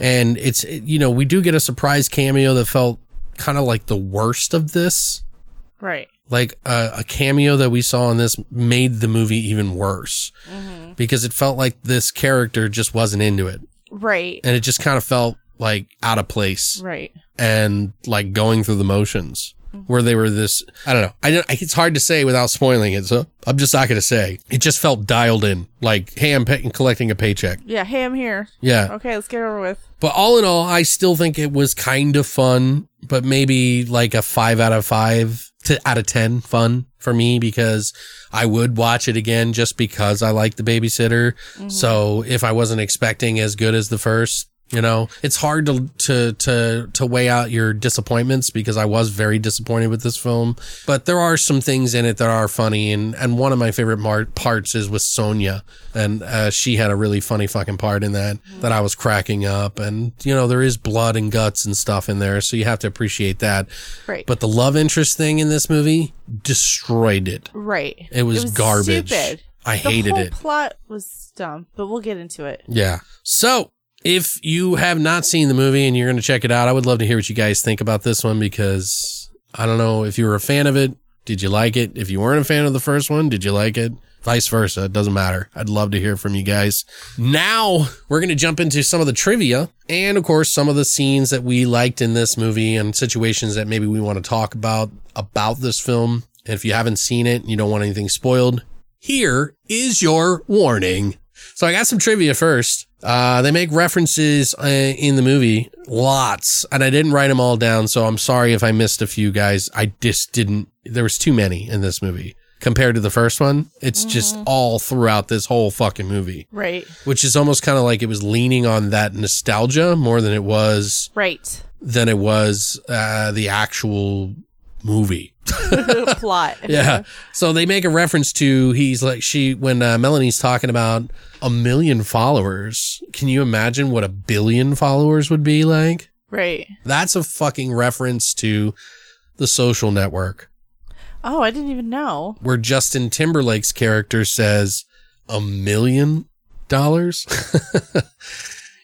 [SPEAKER 1] and it's it- you know we do get a surprise cameo that felt kind of like the worst of this
[SPEAKER 2] Right.
[SPEAKER 1] like a, a cameo that we saw in this made the movie even worse because it felt like this character just wasn't into it
[SPEAKER 2] Right.
[SPEAKER 1] and it just kind of felt like out of place
[SPEAKER 2] Right.
[SPEAKER 1] and like going through the motions where they were this i don't know i don't it's hard to say without spoiling it so i'm just not going to say it just felt dialed in like hey i'm pay- collecting a paycheck
[SPEAKER 2] Yeah. Hey, I'm here.
[SPEAKER 1] yeah
[SPEAKER 2] Okay, let's get over with.
[SPEAKER 1] but all in all i still think it was kind of fun but maybe like a 5 out of 5 to out of 10 fun for me because i would watch it again just because i like the babysitter so if i wasn't expecting as good as the first you know it's hard to to to to weigh out your disappointments because i was very disappointed with this film but there are some things in it that are funny and and one of my favorite mar- parts is with sonia and uh, she had a really funny fucking part in that that i was cracking up and you know there is blood and guts and stuff in there so you have to appreciate that
[SPEAKER 2] Right.
[SPEAKER 1] but the love interest thing in this movie destroyed it
[SPEAKER 2] Right.
[SPEAKER 1] it was, garbage
[SPEAKER 2] Stupid.
[SPEAKER 1] i
[SPEAKER 2] The
[SPEAKER 1] hated
[SPEAKER 2] whole
[SPEAKER 1] it
[SPEAKER 2] plot was dumb, but we'll get into it.
[SPEAKER 1] yeah. So if you have not seen the movie and you're going to check it out, I would love to hear what you guys think about this one because I don't know if you were a fan of it. Did you like it? If you weren't a fan of the first one, did you like it? Vice versa. It doesn't matter. I'd love to hear from you guys. Now we're going to jump into some of the trivia and, of course, some of the scenes that we liked in this movie and situations that maybe we want to talk about about this film. And if you haven't seen it and you don't want anything spoiled, here is your warning. So I got some trivia first. Uh, they make references uh, in the movie, lots, and I didn't write them all down. So I'm sorry if I missed a few guys. I just didn't. There was too many in this movie compared to the first one. It's just all throughout this whole fucking movie,
[SPEAKER 2] Right.
[SPEAKER 1] which is almost kind of like it was leaning on that nostalgia more than it was
[SPEAKER 2] Right.
[SPEAKER 1] than it was uh, the actual movie.
[SPEAKER 2] plot.
[SPEAKER 1] Yeah. So they make a reference to he's like she when uh, Melanie's talking about a million followers. Can you imagine what a billion followers would be like?
[SPEAKER 2] Right.
[SPEAKER 1] That's a fucking reference to the social network
[SPEAKER 2] Oh, I didn't even know.
[SPEAKER 1] where Justin Timberlake's character says a million dollars.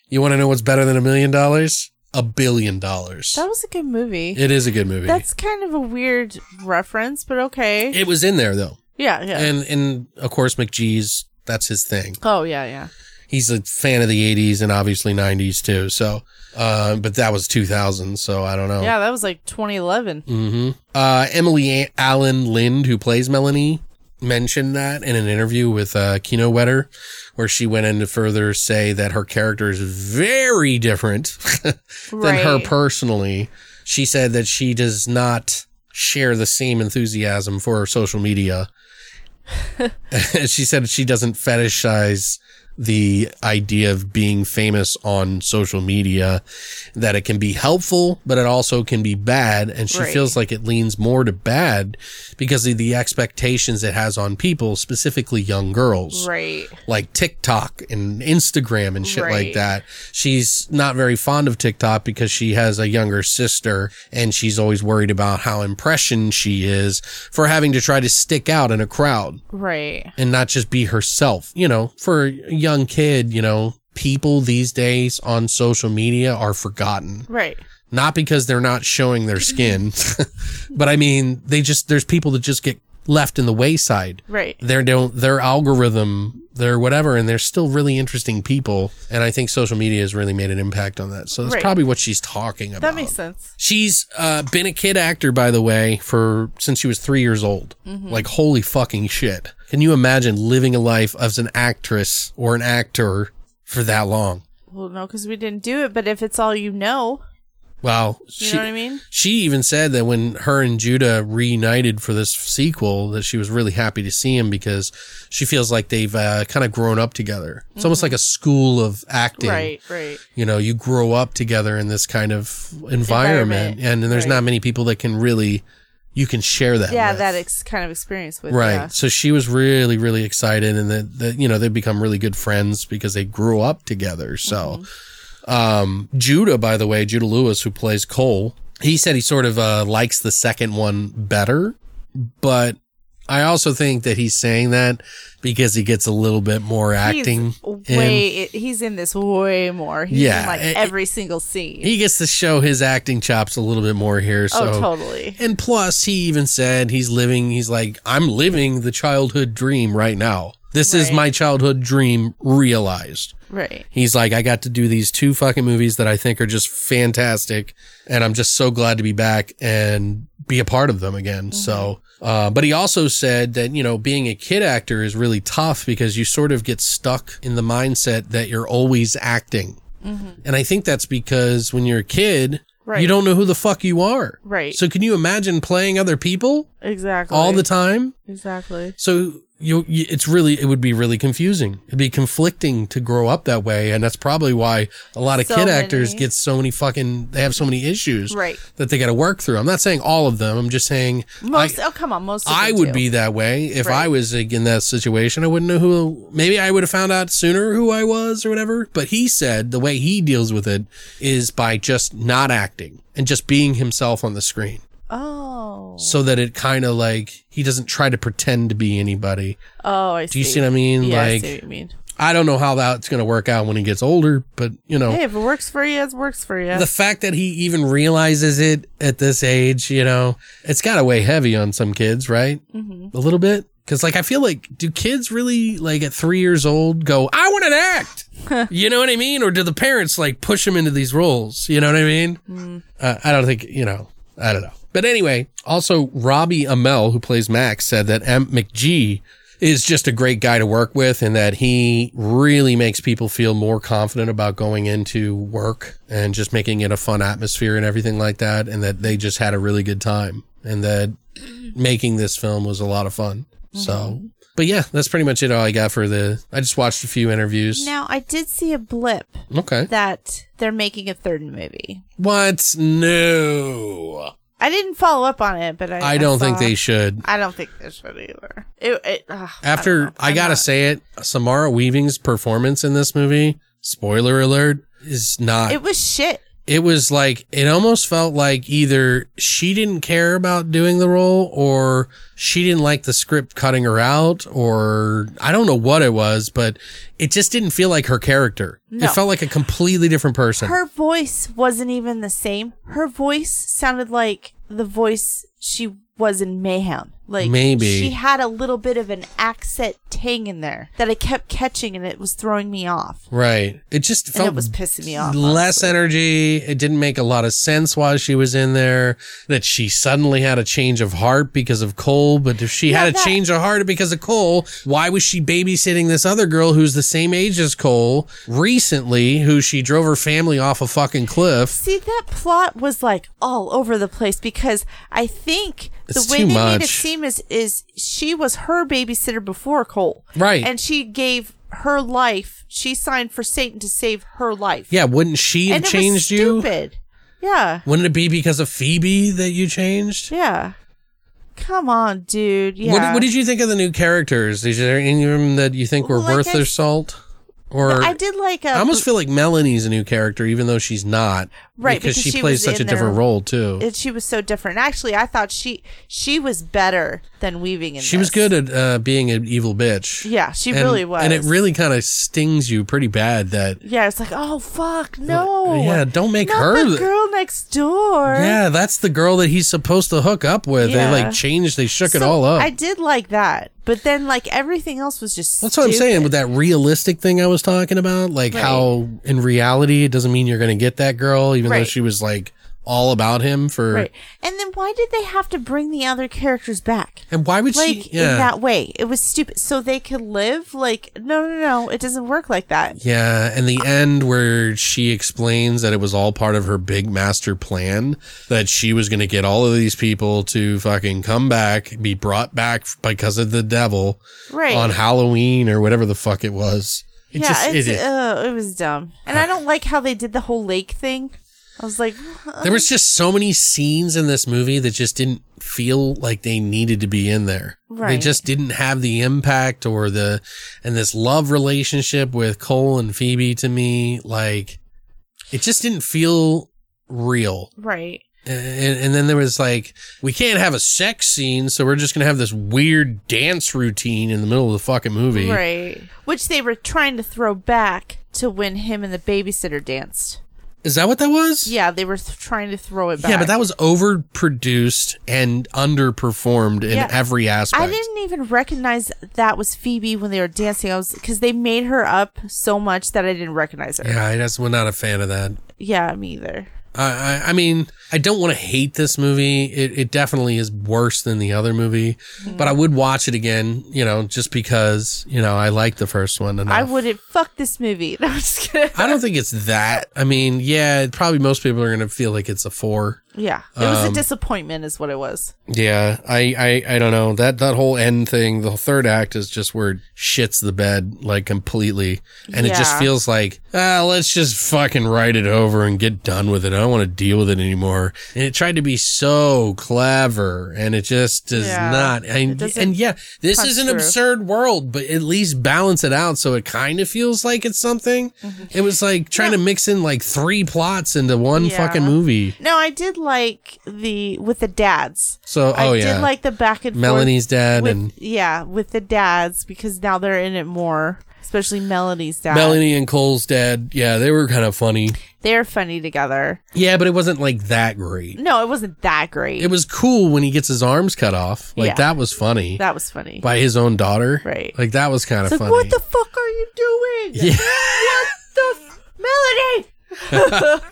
[SPEAKER 1] you want to know what's better than a million dollars? A billion dollars.
[SPEAKER 2] That was a good movie.
[SPEAKER 1] It is a good movie.
[SPEAKER 2] That's kind of a weird reference, but okay.
[SPEAKER 1] it was in there though.
[SPEAKER 2] yeah, yeah.
[SPEAKER 1] And and of course McGee's that's his thing.
[SPEAKER 2] oh, yeah, yeah.
[SPEAKER 1] he's a fan of the 80s and obviously 90s too. So, uh, but that was 2000. So I don't know.
[SPEAKER 2] Yeah, that was like 2011.
[SPEAKER 1] hmm Uh, Emily A- Allen Lind, who plays Melanie, mentioned that in an interview with uh, Kino Wetter, where she went in to further say that her character is very different than her
[SPEAKER 2] Right.
[SPEAKER 1] personally. She said that she does not share the same enthusiasm for social media. she said she doesn't fetishize the idea of being famous on social media, that it can be helpful, but it also can be bad. And she
[SPEAKER 2] Right.
[SPEAKER 1] feels like it leans more to bad because of the expectations it has on people, specifically young girls
[SPEAKER 2] Right.
[SPEAKER 1] like TikTok and Instagram and shit like
[SPEAKER 2] Right.
[SPEAKER 1] that. She's not very fond of TikTok because she has a younger sister and she's always worried about how impressioned she is for having to try to stick out in a crowd
[SPEAKER 2] Right.
[SPEAKER 1] and not just be herself. You know, for a young kid, you know, people these days on social media are forgotten
[SPEAKER 2] Right.
[SPEAKER 1] not because they're not showing their skin, but I mean, they just, there's people that just get left in the wayside.
[SPEAKER 2] Right.
[SPEAKER 1] They don't, their algorithm, their whatever, and they're still really interesting people. And I think social media has really made an impact on that. So that's
[SPEAKER 2] Right.
[SPEAKER 1] probably what she's talking about.
[SPEAKER 2] That makes sense.
[SPEAKER 1] She's uh, been a kid actor, by the way, for since she was three years old.
[SPEAKER 2] Mm-hmm.
[SPEAKER 1] Like, holy fucking shit. Can you imagine living a life as an actress or an actor for that long?
[SPEAKER 2] Well, no, because we didn't do it. But if it's all you know,
[SPEAKER 1] Wow.
[SPEAKER 2] you know what I mean?
[SPEAKER 1] She even said that when her and Judah reunited for this sequel, that she was really happy to see him because she feels like they've uh, kind of grown up together. It's almost like a school of acting.
[SPEAKER 2] Mm-hmm. Right. Right.
[SPEAKER 1] You know, you grow up together in this kind of environment,
[SPEAKER 2] Environment,
[SPEAKER 1] and there's
[SPEAKER 2] right.
[SPEAKER 1] not many people that can really you can share that.
[SPEAKER 2] Yeah,
[SPEAKER 1] with.
[SPEAKER 2] that ex- kind of experience with
[SPEAKER 1] Right.
[SPEAKER 2] yeah.
[SPEAKER 1] So she was really, really excited, and that, that you know they become really good friends because they grew up together. So
[SPEAKER 2] Mm-hmm.
[SPEAKER 1] um, Judah, by the way, Judah Lewis, who plays Cole, he said he sort of uh, likes the second one better, but I also think that he's saying that because he gets a little bit more acting.
[SPEAKER 2] He's
[SPEAKER 1] in.
[SPEAKER 2] way he's in this way more. He's
[SPEAKER 1] Yeah,
[SPEAKER 2] in like
[SPEAKER 1] it-
[SPEAKER 2] every single scene.
[SPEAKER 1] He gets to show his acting chops a little bit more here. So
[SPEAKER 2] oh, totally.
[SPEAKER 1] And plus, he even said he's living, he's like, I'm living the childhood dream right now. This is
[SPEAKER 2] Right.
[SPEAKER 1] my childhood dream realized.
[SPEAKER 2] Right.
[SPEAKER 1] He's like, I got to do these two fucking movies that I think are just fantastic. And I'm just so glad to be back and be a part of them again.
[SPEAKER 2] Mm-hmm.
[SPEAKER 1] So, uh, but he also said that, you know, being a kid actor is really tough because you sort of get stuck in the mindset that you're always acting. And I think that's because when you're a kid,
[SPEAKER 2] Mm-hmm. Right.
[SPEAKER 1] you don't know who the fuck you are.
[SPEAKER 2] Right.
[SPEAKER 1] So can you imagine playing other people
[SPEAKER 2] Exactly.
[SPEAKER 1] all the time?
[SPEAKER 2] Exactly.
[SPEAKER 1] So you, you it's really it would be really confusing. It'd be conflicting to grow up that way and that's probably why a lot of
[SPEAKER 2] So
[SPEAKER 1] kid actors
[SPEAKER 2] many.
[SPEAKER 1] get so many fucking they have so many issues
[SPEAKER 2] Right.
[SPEAKER 1] that they got to work through. I'm not saying all of them. I'm just saying
[SPEAKER 2] Most.
[SPEAKER 1] I,
[SPEAKER 2] oh, come on. Most. Of
[SPEAKER 1] I
[SPEAKER 2] them
[SPEAKER 1] would
[SPEAKER 2] do.
[SPEAKER 1] be that way if I
[SPEAKER 2] Right.
[SPEAKER 1] was like, in that situation. I wouldn't know who. Maybe I would have found out sooner who I was or whatever. But he said the way he deals with it is by just not acting and just being himself on the screen
[SPEAKER 2] Oh.
[SPEAKER 1] so that it kind of like he doesn't try to pretend to be anybody.
[SPEAKER 2] Oh, I see.
[SPEAKER 1] Do you see what I mean?
[SPEAKER 2] Yeah, I
[SPEAKER 1] like
[SPEAKER 2] see what you mean.
[SPEAKER 1] I don't know how that's going to work out when he gets older, but you know,
[SPEAKER 2] Hey, if it works for you, it works for you.
[SPEAKER 1] oh. the fact that he even realizes it at this age, you know, it's got to weigh heavy on some kids, right?
[SPEAKER 2] Mm-hmm.
[SPEAKER 1] A little bit. Cause like, I feel like, do kids really like at three years old go, I want to act? you know what I mean? Or do the parents like push them into these roles? You know what I mean?
[SPEAKER 2] Mm-hmm.
[SPEAKER 1] Uh, I don't think, you know, I don't know. But anyway, also Robbie Amell, who plays Max, said that M. McGee is just a great guy to work with and that he really makes people feel more confident about going into work and just making it a fun atmosphere and everything like that. And that they just had a really good time and that making this film was a lot of fun. So, but yeah, that's pretty much it all I got for the, I just watched a few interviews.
[SPEAKER 2] now I did see a blip
[SPEAKER 1] Okay.
[SPEAKER 2] that they're making a third movie.
[SPEAKER 1] What? No.
[SPEAKER 2] I didn't follow up on it, but I
[SPEAKER 1] I don't think
[SPEAKER 2] saw-
[SPEAKER 1] they should.
[SPEAKER 2] I don't think they should either. It, it, ugh,
[SPEAKER 1] After I,
[SPEAKER 2] I'm
[SPEAKER 1] gotta
[SPEAKER 2] not-
[SPEAKER 1] say it, Samara Weaving's performance in this movie, spoiler alert, is not.
[SPEAKER 2] it
[SPEAKER 1] It,
[SPEAKER 2] was shit.
[SPEAKER 1] was like it almost felt like either she didn't care about doing the role, or she didn't like the script cutting her out, or I don't know what it was, but it just didn't feel like her character.
[SPEAKER 2] No.
[SPEAKER 1] It felt like a completely different person.
[SPEAKER 2] Her voice wasn't even the same. Her voice sounded like the voice she was in Mayhem. Like
[SPEAKER 1] Maybe.
[SPEAKER 2] she had a little bit of an accent tang in there that I kept catching, and it was throwing me off.
[SPEAKER 1] Right. It just
[SPEAKER 2] it
[SPEAKER 1] felt
[SPEAKER 2] was pissing me off,
[SPEAKER 1] Less
[SPEAKER 2] honestly.
[SPEAKER 1] energy. It didn't make a lot of sense why she was in there. That she suddenly had a change of heart because of Cole. But if she
[SPEAKER 2] Yeah,
[SPEAKER 1] had a
[SPEAKER 2] that-
[SPEAKER 1] change of heart because of Cole, why was she babysitting this other girl who's the same age as Cole recently, who she drove her family off a fucking cliff?
[SPEAKER 2] See, that plot was like all over the place because I think
[SPEAKER 1] It's
[SPEAKER 2] the way
[SPEAKER 1] too
[SPEAKER 2] they made
[SPEAKER 1] much.
[SPEAKER 2] it seem is is she was her babysitter before Cole,
[SPEAKER 1] Right.
[SPEAKER 2] And she gave her life. She signed for Satan to save her life.
[SPEAKER 1] Yeah, wouldn't she have
[SPEAKER 2] and it was
[SPEAKER 1] changed you?
[SPEAKER 2] stupid. Yeah,
[SPEAKER 1] Wouldn't it be because of Phoebe that you changed?
[SPEAKER 2] yeah. Come on, dude. Yeah.
[SPEAKER 1] What, what did you think of the new characters? Is there any of them that you think were
[SPEAKER 2] Well, like
[SPEAKER 1] worth
[SPEAKER 2] I
[SPEAKER 1] their
[SPEAKER 2] s-
[SPEAKER 1] salt? Or
[SPEAKER 2] I did like um, a
[SPEAKER 1] I almost feel like Melanie's a new character, even though she's not,
[SPEAKER 2] Right,
[SPEAKER 1] Because,
[SPEAKER 2] because
[SPEAKER 1] she,
[SPEAKER 2] she
[SPEAKER 1] plays
[SPEAKER 2] was
[SPEAKER 1] such a
[SPEAKER 2] in there.
[SPEAKER 1] different role too.
[SPEAKER 2] it, she was so different. Actually, I thought she she was better than weaving. In
[SPEAKER 1] she was
[SPEAKER 2] this.
[SPEAKER 1] good at uh, being an evil bitch.
[SPEAKER 2] Yeah, she
[SPEAKER 1] And-
[SPEAKER 2] really was.
[SPEAKER 1] and it really kind of stings you pretty bad that
[SPEAKER 2] Yeah, it's like, oh fuck, no.
[SPEAKER 1] yeah, don't make
[SPEAKER 2] Not
[SPEAKER 1] her
[SPEAKER 2] the
[SPEAKER 1] the-
[SPEAKER 2] girl next door.
[SPEAKER 1] yeah, that's the girl that he's supposed to hook up with.
[SPEAKER 2] Yeah.
[SPEAKER 1] They like changed, they shook it
[SPEAKER 2] So,
[SPEAKER 1] all up.
[SPEAKER 2] I did like that, but then like everything else was just.
[SPEAKER 1] That's what I'm saying with
[SPEAKER 2] stupid.
[SPEAKER 1] that realistic thing I was talking about, like
[SPEAKER 2] Right.
[SPEAKER 1] how in reality it doesn't mean you're going to get that girl, even though
[SPEAKER 2] Right.
[SPEAKER 1] she was like all about him for.
[SPEAKER 2] Right, and then why did they have to bring the other characters back?
[SPEAKER 1] And why would
[SPEAKER 2] Like
[SPEAKER 1] she? Yeah,
[SPEAKER 2] in that way, it was stupid. So they could live. Like no, no, no, it doesn't work like that.
[SPEAKER 1] yeah. And the end where she explains that it was all part of her big master plan that she was going to get all of these people to fucking come back, be brought back because of the devil
[SPEAKER 2] Right.
[SPEAKER 1] on Halloween or whatever the fuck it was. It
[SPEAKER 2] yeah,
[SPEAKER 1] just
[SPEAKER 2] it's,
[SPEAKER 1] it, it-
[SPEAKER 2] uh, it was dumb, and I don't like how they did the whole lake thing. I was like,
[SPEAKER 1] There was just so many scenes in this movie that just didn't feel like they needed to be in there. They
[SPEAKER 2] Right.
[SPEAKER 1] just didn't have the impact or the and this love relationship with Cole and Phoebe to me like it just didn't feel real.
[SPEAKER 2] right.
[SPEAKER 1] And, and then there was like we can't have a sex scene, so we're just going to have this weird dance routine in the middle of the fucking movie.
[SPEAKER 2] Right. Which they were trying to throw back to when him and the babysitter danced.
[SPEAKER 1] Is that what that was?
[SPEAKER 2] Yeah, they were th- trying to throw it back.
[SPEAKER 1] Yeah, but that was overproduced and underperformed in
[SPEAKER 2] Yeah.
[SPEAKER 1] every aspect.
[SPEAKER 2] I didn't even recognize that was Phoebe when they were dancing. I was because they made her up so much that I didn't recognize her.
[SPEAKER 1] Yeah, I just was not a fan of that.
[SPEAKER 2] Yeah, me either.
[SPEAKER 1] I, I, I mean, I don't want to hate this movie. It, it definitely is worse than the other movie, but I would watch it again, you know, just because, you know, I like the first one. Enough.
[SPEAKER 2] I wouldn't fuck this movie. No, I'm just kidding.
[SPEAKER 1] I don't think it's that. I mean, yeah, it- probably most people are going to feel like it's a four.
[SPEAKER 2] Yeah, it was
[SPEAKER 1] Um,
[SPEAKER 2] a disappointment, is what it was.
[SPEAKER 1] Yeah, I, I, I don't know. That, that whole end thing, the third act is just where shits the bed like completely. And it just
[SPEAKER 2] Yeah.
[SPEAKER 1] feels like, ah, let's just fucking write it over and get done with it. I don't want to deal with it anymore. And it tried to be so clever and it just does
[SPEAKER 2] Yeah.
[SPEAKER 1] not. And,
[SPEAKER 2] doesn't
[SPEAKER 1] and yeah, this
[SPEAKER 2] punch
[SPEAKER 1] is an
[SPEAKER 2] through.
[SPEAKER 1] absurd world, but at least balance it out. So it kind of feels like it's something.
[SPEAKER 2] Mm-hmm.
[SPEAKER 1] It was like trying to mix in like three plots into one
[SPEAKER 2] Yeah.
[SPEAKER 1] fucking movie.
[SPEAKER 2] No, I did like the with the dads.
[SPEAKER 1] So, oh
[SPEAKER 2] I
[SPEAKER 1] yeah.
[SPEAKER 2] did like the back and forth
[SPEAKER 1] Melanie's dad
[SPEAKER 2] with-
[SPEAKER 1] and
[SPEAKER 2] yeah, with the dads because now they're in it more, especially Melanie's dad.
[SPEAKER 1] Melanie and Cole's dad, yeah, they were kind of funny.
[SPEAKER 2] They're funny together.
[SPEAKER 1] Yeah, but it wasn't like that great.
[SPEAKER 2] No, it wasn't that great.
[SPEAKER 1] It was cool when he gets his arms cut off. Like
[SPEAKER 2] Yeah.
[SPEAKER 1] that was funny
[SPEAKER 2] that was funny.
[SPEAKER 1] by his own daughter.
[SPEAKER 2] Right.
[SPEAKER 1] Like that was kind of
[SPEAKER 2] It's like,
[SPEAKER 1] funny.
[SPEAKER 2] what the fuck are you doing?
[SPEAKER 1] Yeah.
[SPEAKER 2] What the f- Melanie?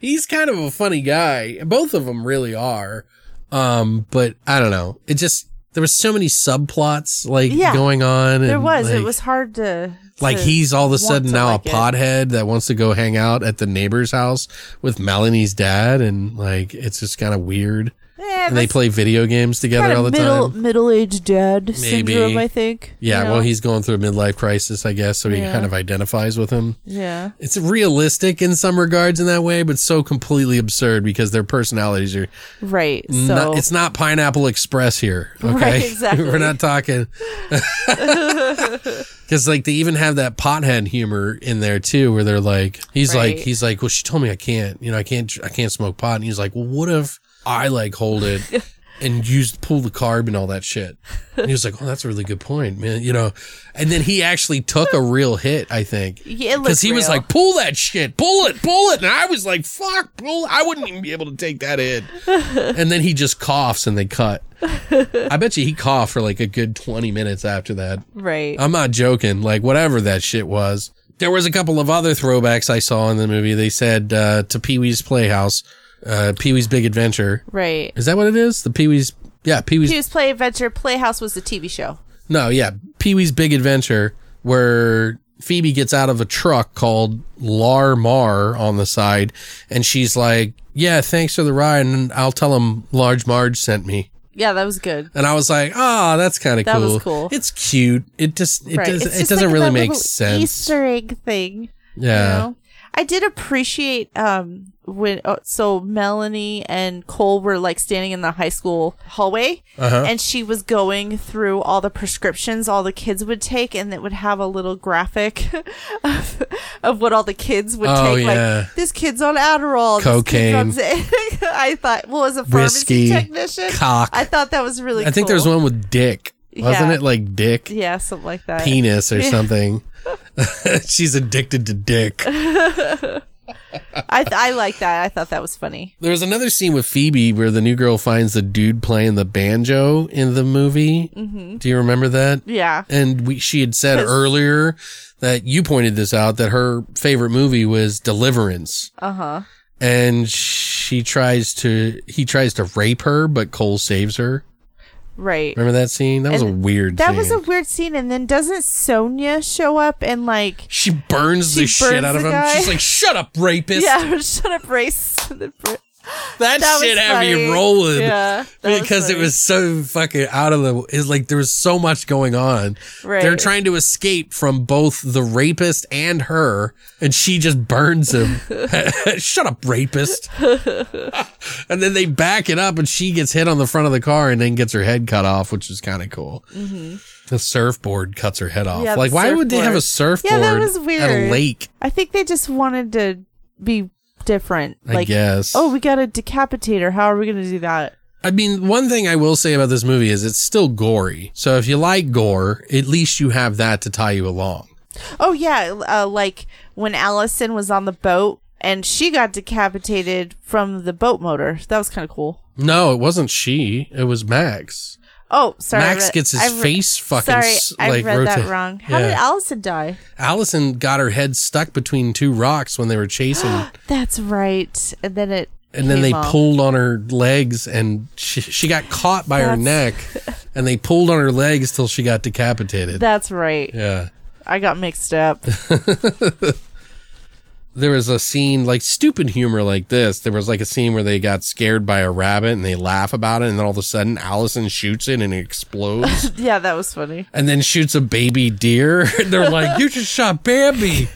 [SPEAKER 1] He's kind of a funny guy. Both of them really are. Um, but I don't know. It just there was so many subplots like
[SPEAKER 2] Yeah.
[SPEAKER 1] going on.
[SPEAKER 2] There
[SPEAKER 1] and,
[SPEAKER 2] was. it
[SPEAKER 1] like-
[SPEAKER 2] was hard to.
[SPEAKER 1] Like
[SPEAKER 2] to-
[SPEAKER 1] he's all of a sudden
[SPEAKER 2] to
[SPEAKER 1] now
[SPEAKER 2] like
[SPEAKER 1] a
[SPEAKER 2] it.
[SPEAKER 1] podhead that wants to go hang out at the neighbor's house with Melanie's dad, and like it's just kind of weird.
[SPEAKER 2] Eh,
[SPEAKER 1] And they
[SPEAKER 2] that's
[SPEAKER 1] play video games together
[SPEAKER 2] kinda
[SPEAKER 1] all the
[SPEAKER 2] middle,
[SPEAKER 1] time.
[SPEAKER 2] Middle-aged dad syndrome,
[SPEAKER 1] Maybe.
[SPEAKER 2] I think.
[SPEAKER 1] Yeah,
[SPEAKER 2] you
[SPEAKER 1] well,
[SPEAKER 2] know?
[SPEAKER 1] he's going through a midlife crisis, I guess, so he
[SPEAKER 2] Yeah.
[SPEAKER 1] kind of identifies with him.
[SPEAKER 2] Yeah.
[SPEAKER 1] It's realistic in some regards in that way, but so completely absurd because their personalities are.
[SPEAKER 2] Right. So.
[SPEAKER 1] not, it's not Pineapple Express here. Okay,
[SPEAKER 2] Right, exactly.
[SPEAKER 1] We're not talking because like they even have that pothead humor in there too, where they're like, he's
[SPEAKER 2] Right.
[SPEAKER 1] like, he's like, well, she told me I can't, you know, I can't, I can't smoke pot, and he's like, well, what if I like hold it. And use pull the carb and all that shit. And he was like, "Oh, that's a really good point, man." You know, and then he actually took a real hit, I think,
[SPEAKER 2] Yeah, it looked
[SPEAKER 1] because he was
[SPEAKER 2] real.
[SPEAKER 1] like, "Pull that shit, pull it, pull it," and I was like, "Fuck, pull!" I wouldn't even be able to take that in and then he just coughs and they cut. I bet you he coughed for like a good 20 minutes after that.
[SPEAKER 2] right.
[SPEAKER 1] I'm not joking. Like whatever that shit was. There was a couple of other throwbacks I saw in the movie. They said uh, to Pee Wee's Playhouse, uh, Pee Wee's Big Adventure.
[SPEAKER 2] right.
[SPEAKER 1] Is that what it is? The Pee Wee's? Yeah, Pee Wee's.
[SPEAKER 2] He was Play Adventure. Playhouse was a TV show.
[SPEAKER 1] No, yeah, Pee Wee's Big Adventure, where Phoebe gets out of a truck called Lar Mar on the side, and she's like, "Yeah, thanks for the ride, and I'll tell him Large Marge sent me."
[SPEAKER 2] Yeah, that was good.
[SPEAKER 1] And I was like, ah, that's kind of
[SPEAKER 2] That
[SPEAKER 1] cool.
[SPEAKER 2] was cool.
[SPEAKER 1] It's cute. It just it
[SPEAKER 2] right.
[SPEAKER 1] doesn't
[SPEAKER 2] It's
[SPEAKER 1] it
[SPEAKER 2] just
[SPEAKER 1] doesn't
[SPEAKER 2] like
[SPEAKER 1] really
[SPEAKER 2] that
[SPEAKER 1] make
[SPEAKER 2] little
[SPEAKER 1] sense.
[SPEAKER 2] Easter egg thing.
[SPEAKER 1] yeah.
[SPEAKER 2] You know? I did appreciate um when oh, so Melanie and Cole were like standing in the high school hallway
[SPEAKER 1] Uh-huh.
[SPEAKER 2] and she was going through all the prescriptions all the kids would take and it would have a little graphic of, of what all the kids would
[SPEAKER 1] Oh,
[SPEAKER 2] take
[SPEAKER 1] yeah.
[SPEAKER 2] like this kid's on Adderall this kid's on
[SPEAKER 1] Cocaine.
[SPEAKER 2] Z- I thought well as a pharmacy
[SPEAKER 1] Risky.
[SPEAKER 2] technician
[SPEAKER 1] Cock.
[SPEAKER 2] I thought that was really
[SPEAKER 1] I think
[SPEAKER 2] cool.
[SPEAKER 1] there's one with dick. Wasn't
[SPEAKER 2] Yeah.
[SPEAKER 1] it like dick
[SPEAKER 2] yeah something like that
[SPEAKER 1] penis or something? She's addicted to dick.
[SPEAKER 2] I th- I like that I thought that was funny
[SPEAKER 1] There's another scene with Phoebe where the new girl finds the dude playing the banjo in the movie. Do you remember that?
[SPEAKER 2] Mm-hmm. yeah
[SPEAKER 1] And we, she had said earlier that you pointed this out that her favorite movie was Deliverance.
[SPEAKER 2] uh huh
[SPEAKER 1] And she tries to, he tries to rape her, but Cole saves her.
[SPEAKER 2] right
[SPEAKER 1] Remember that scene? That was a
[SPEAKER 2] And
[SPEAKER 1] weird
[SPEAKER 2] That
[SPEAKER 1] scene.
[SPEAKER 2] was a weird scene, and then doesn't Sonia show up and like,
[SPEAKER 1] she burns
[SPEAKER 2] She
[SPEAKER 1] the shit
[SPEAKER 2] burns
[SPEAKER 1] out of
[SPEAKER 2] the
[SPEAKER 1] him.
[SPEAKER 2] guy.
[SPEAKER 1] She's like, shut up, rapist.
[SPEAKER 2] yeah, shut up, race. that
[SPEAKER 1] that,
[SPEAKER 2] was
[SPEAKER 1] shit had
[SPEAKER 2] funny.
[SPEAKER 1] me rolling.
[SPEAKER 2] Yeah, that was
[SPEAKER 1] because it
[SPEAKER 2] funny.
[SPEAKER 1] was so fucking out of the it's like there was so much going on
[SPEAKER 2] Right.
[SPEAKER 1] they're trying to escape from both the rapist and her and she just burns him shut up rapist and then they back it up and she gets hit on the front of the car and then gets her head cut off which is kind of cool the surfboard cuts her head off
[SPEAKER 2] Mm-hmm. Yeah, the
[SPEAKER 1] like why would they have a
[SPEAKER 2] surfboard.
[SPEAKER 1] surfboard
[SPEAKER 2] Yeah, that was
[SPEAKER 1] at a
[SPEAKER 2] weird.
[SPEAKER 1] lake
[SPEAKER 2] I think they just wanted to be different.
[SPEAKER 1] I
[SPEAKER 2] Like,
[SPEAKER 1] guess.
[SPEAKER 2] oh, we got a decapitator. How are we going to do that?
[SPEAKER 1] I mean, one thing I will say about this movie is it's still gory. So if you like gore, at least you have that to tie you along.
[SPEAKER 2] Oh yeah, uh, like when Allison was on the boat and she got decapitated from the boat motor. That was kind of cool.
[SPEAKER 1] No, it wasn't she. It was Max.
[SPEAKER 2] Oh, sorry. I
[SPEAKER 1] Max
[SPEAKER 2] read-
[SPEAKER 1] gets his
[SPEAKER 2] I re-
[SPEAKER 1] face fucking
[SPEAKER 2] Sorry,
[SPEAKER 1] s-
[SPEAKER 2] I
[SPEAKER 1] like,
[SPEAKER 2] read that
[SPEAKER 1] rotate-
[SPEAKER 2] wrong. How
[SPEAKER 1] Yeah.
[SPEAKER 2] did Allison die?
[SPEAKER 1] Allison got her head stuck between two rocks when they were chasing,
[SPEAKER 2] That's right. And then it.
[SPEAKER 1] and then
[SPEAKER 2] came
[SPEAKER 1] they
[SPEAKER 2] off.
[SPEAKER 1] pulled on her legs, and she, she got caught by her
[SPEAKER 2] That's-
[SPEAKER 1] neck, and they pulled on her legs till she got decapitated.
[SPEAKER 2] That's right.
[SPEAKER 1] yeah.
[SPEAKER 2] I got mixed up.
[SPEAKER 1] there was a scene like stupid humor like this. There was like a scene where they got scared by a rabbit and they laugh about it, and then all of a sudden Allison shoots it and it explodes,
[SPEAKER 2] yeah, that was funny.
[SPEAKER 1] and then shoots a baby deer. And they're like, "You just shot Bambi."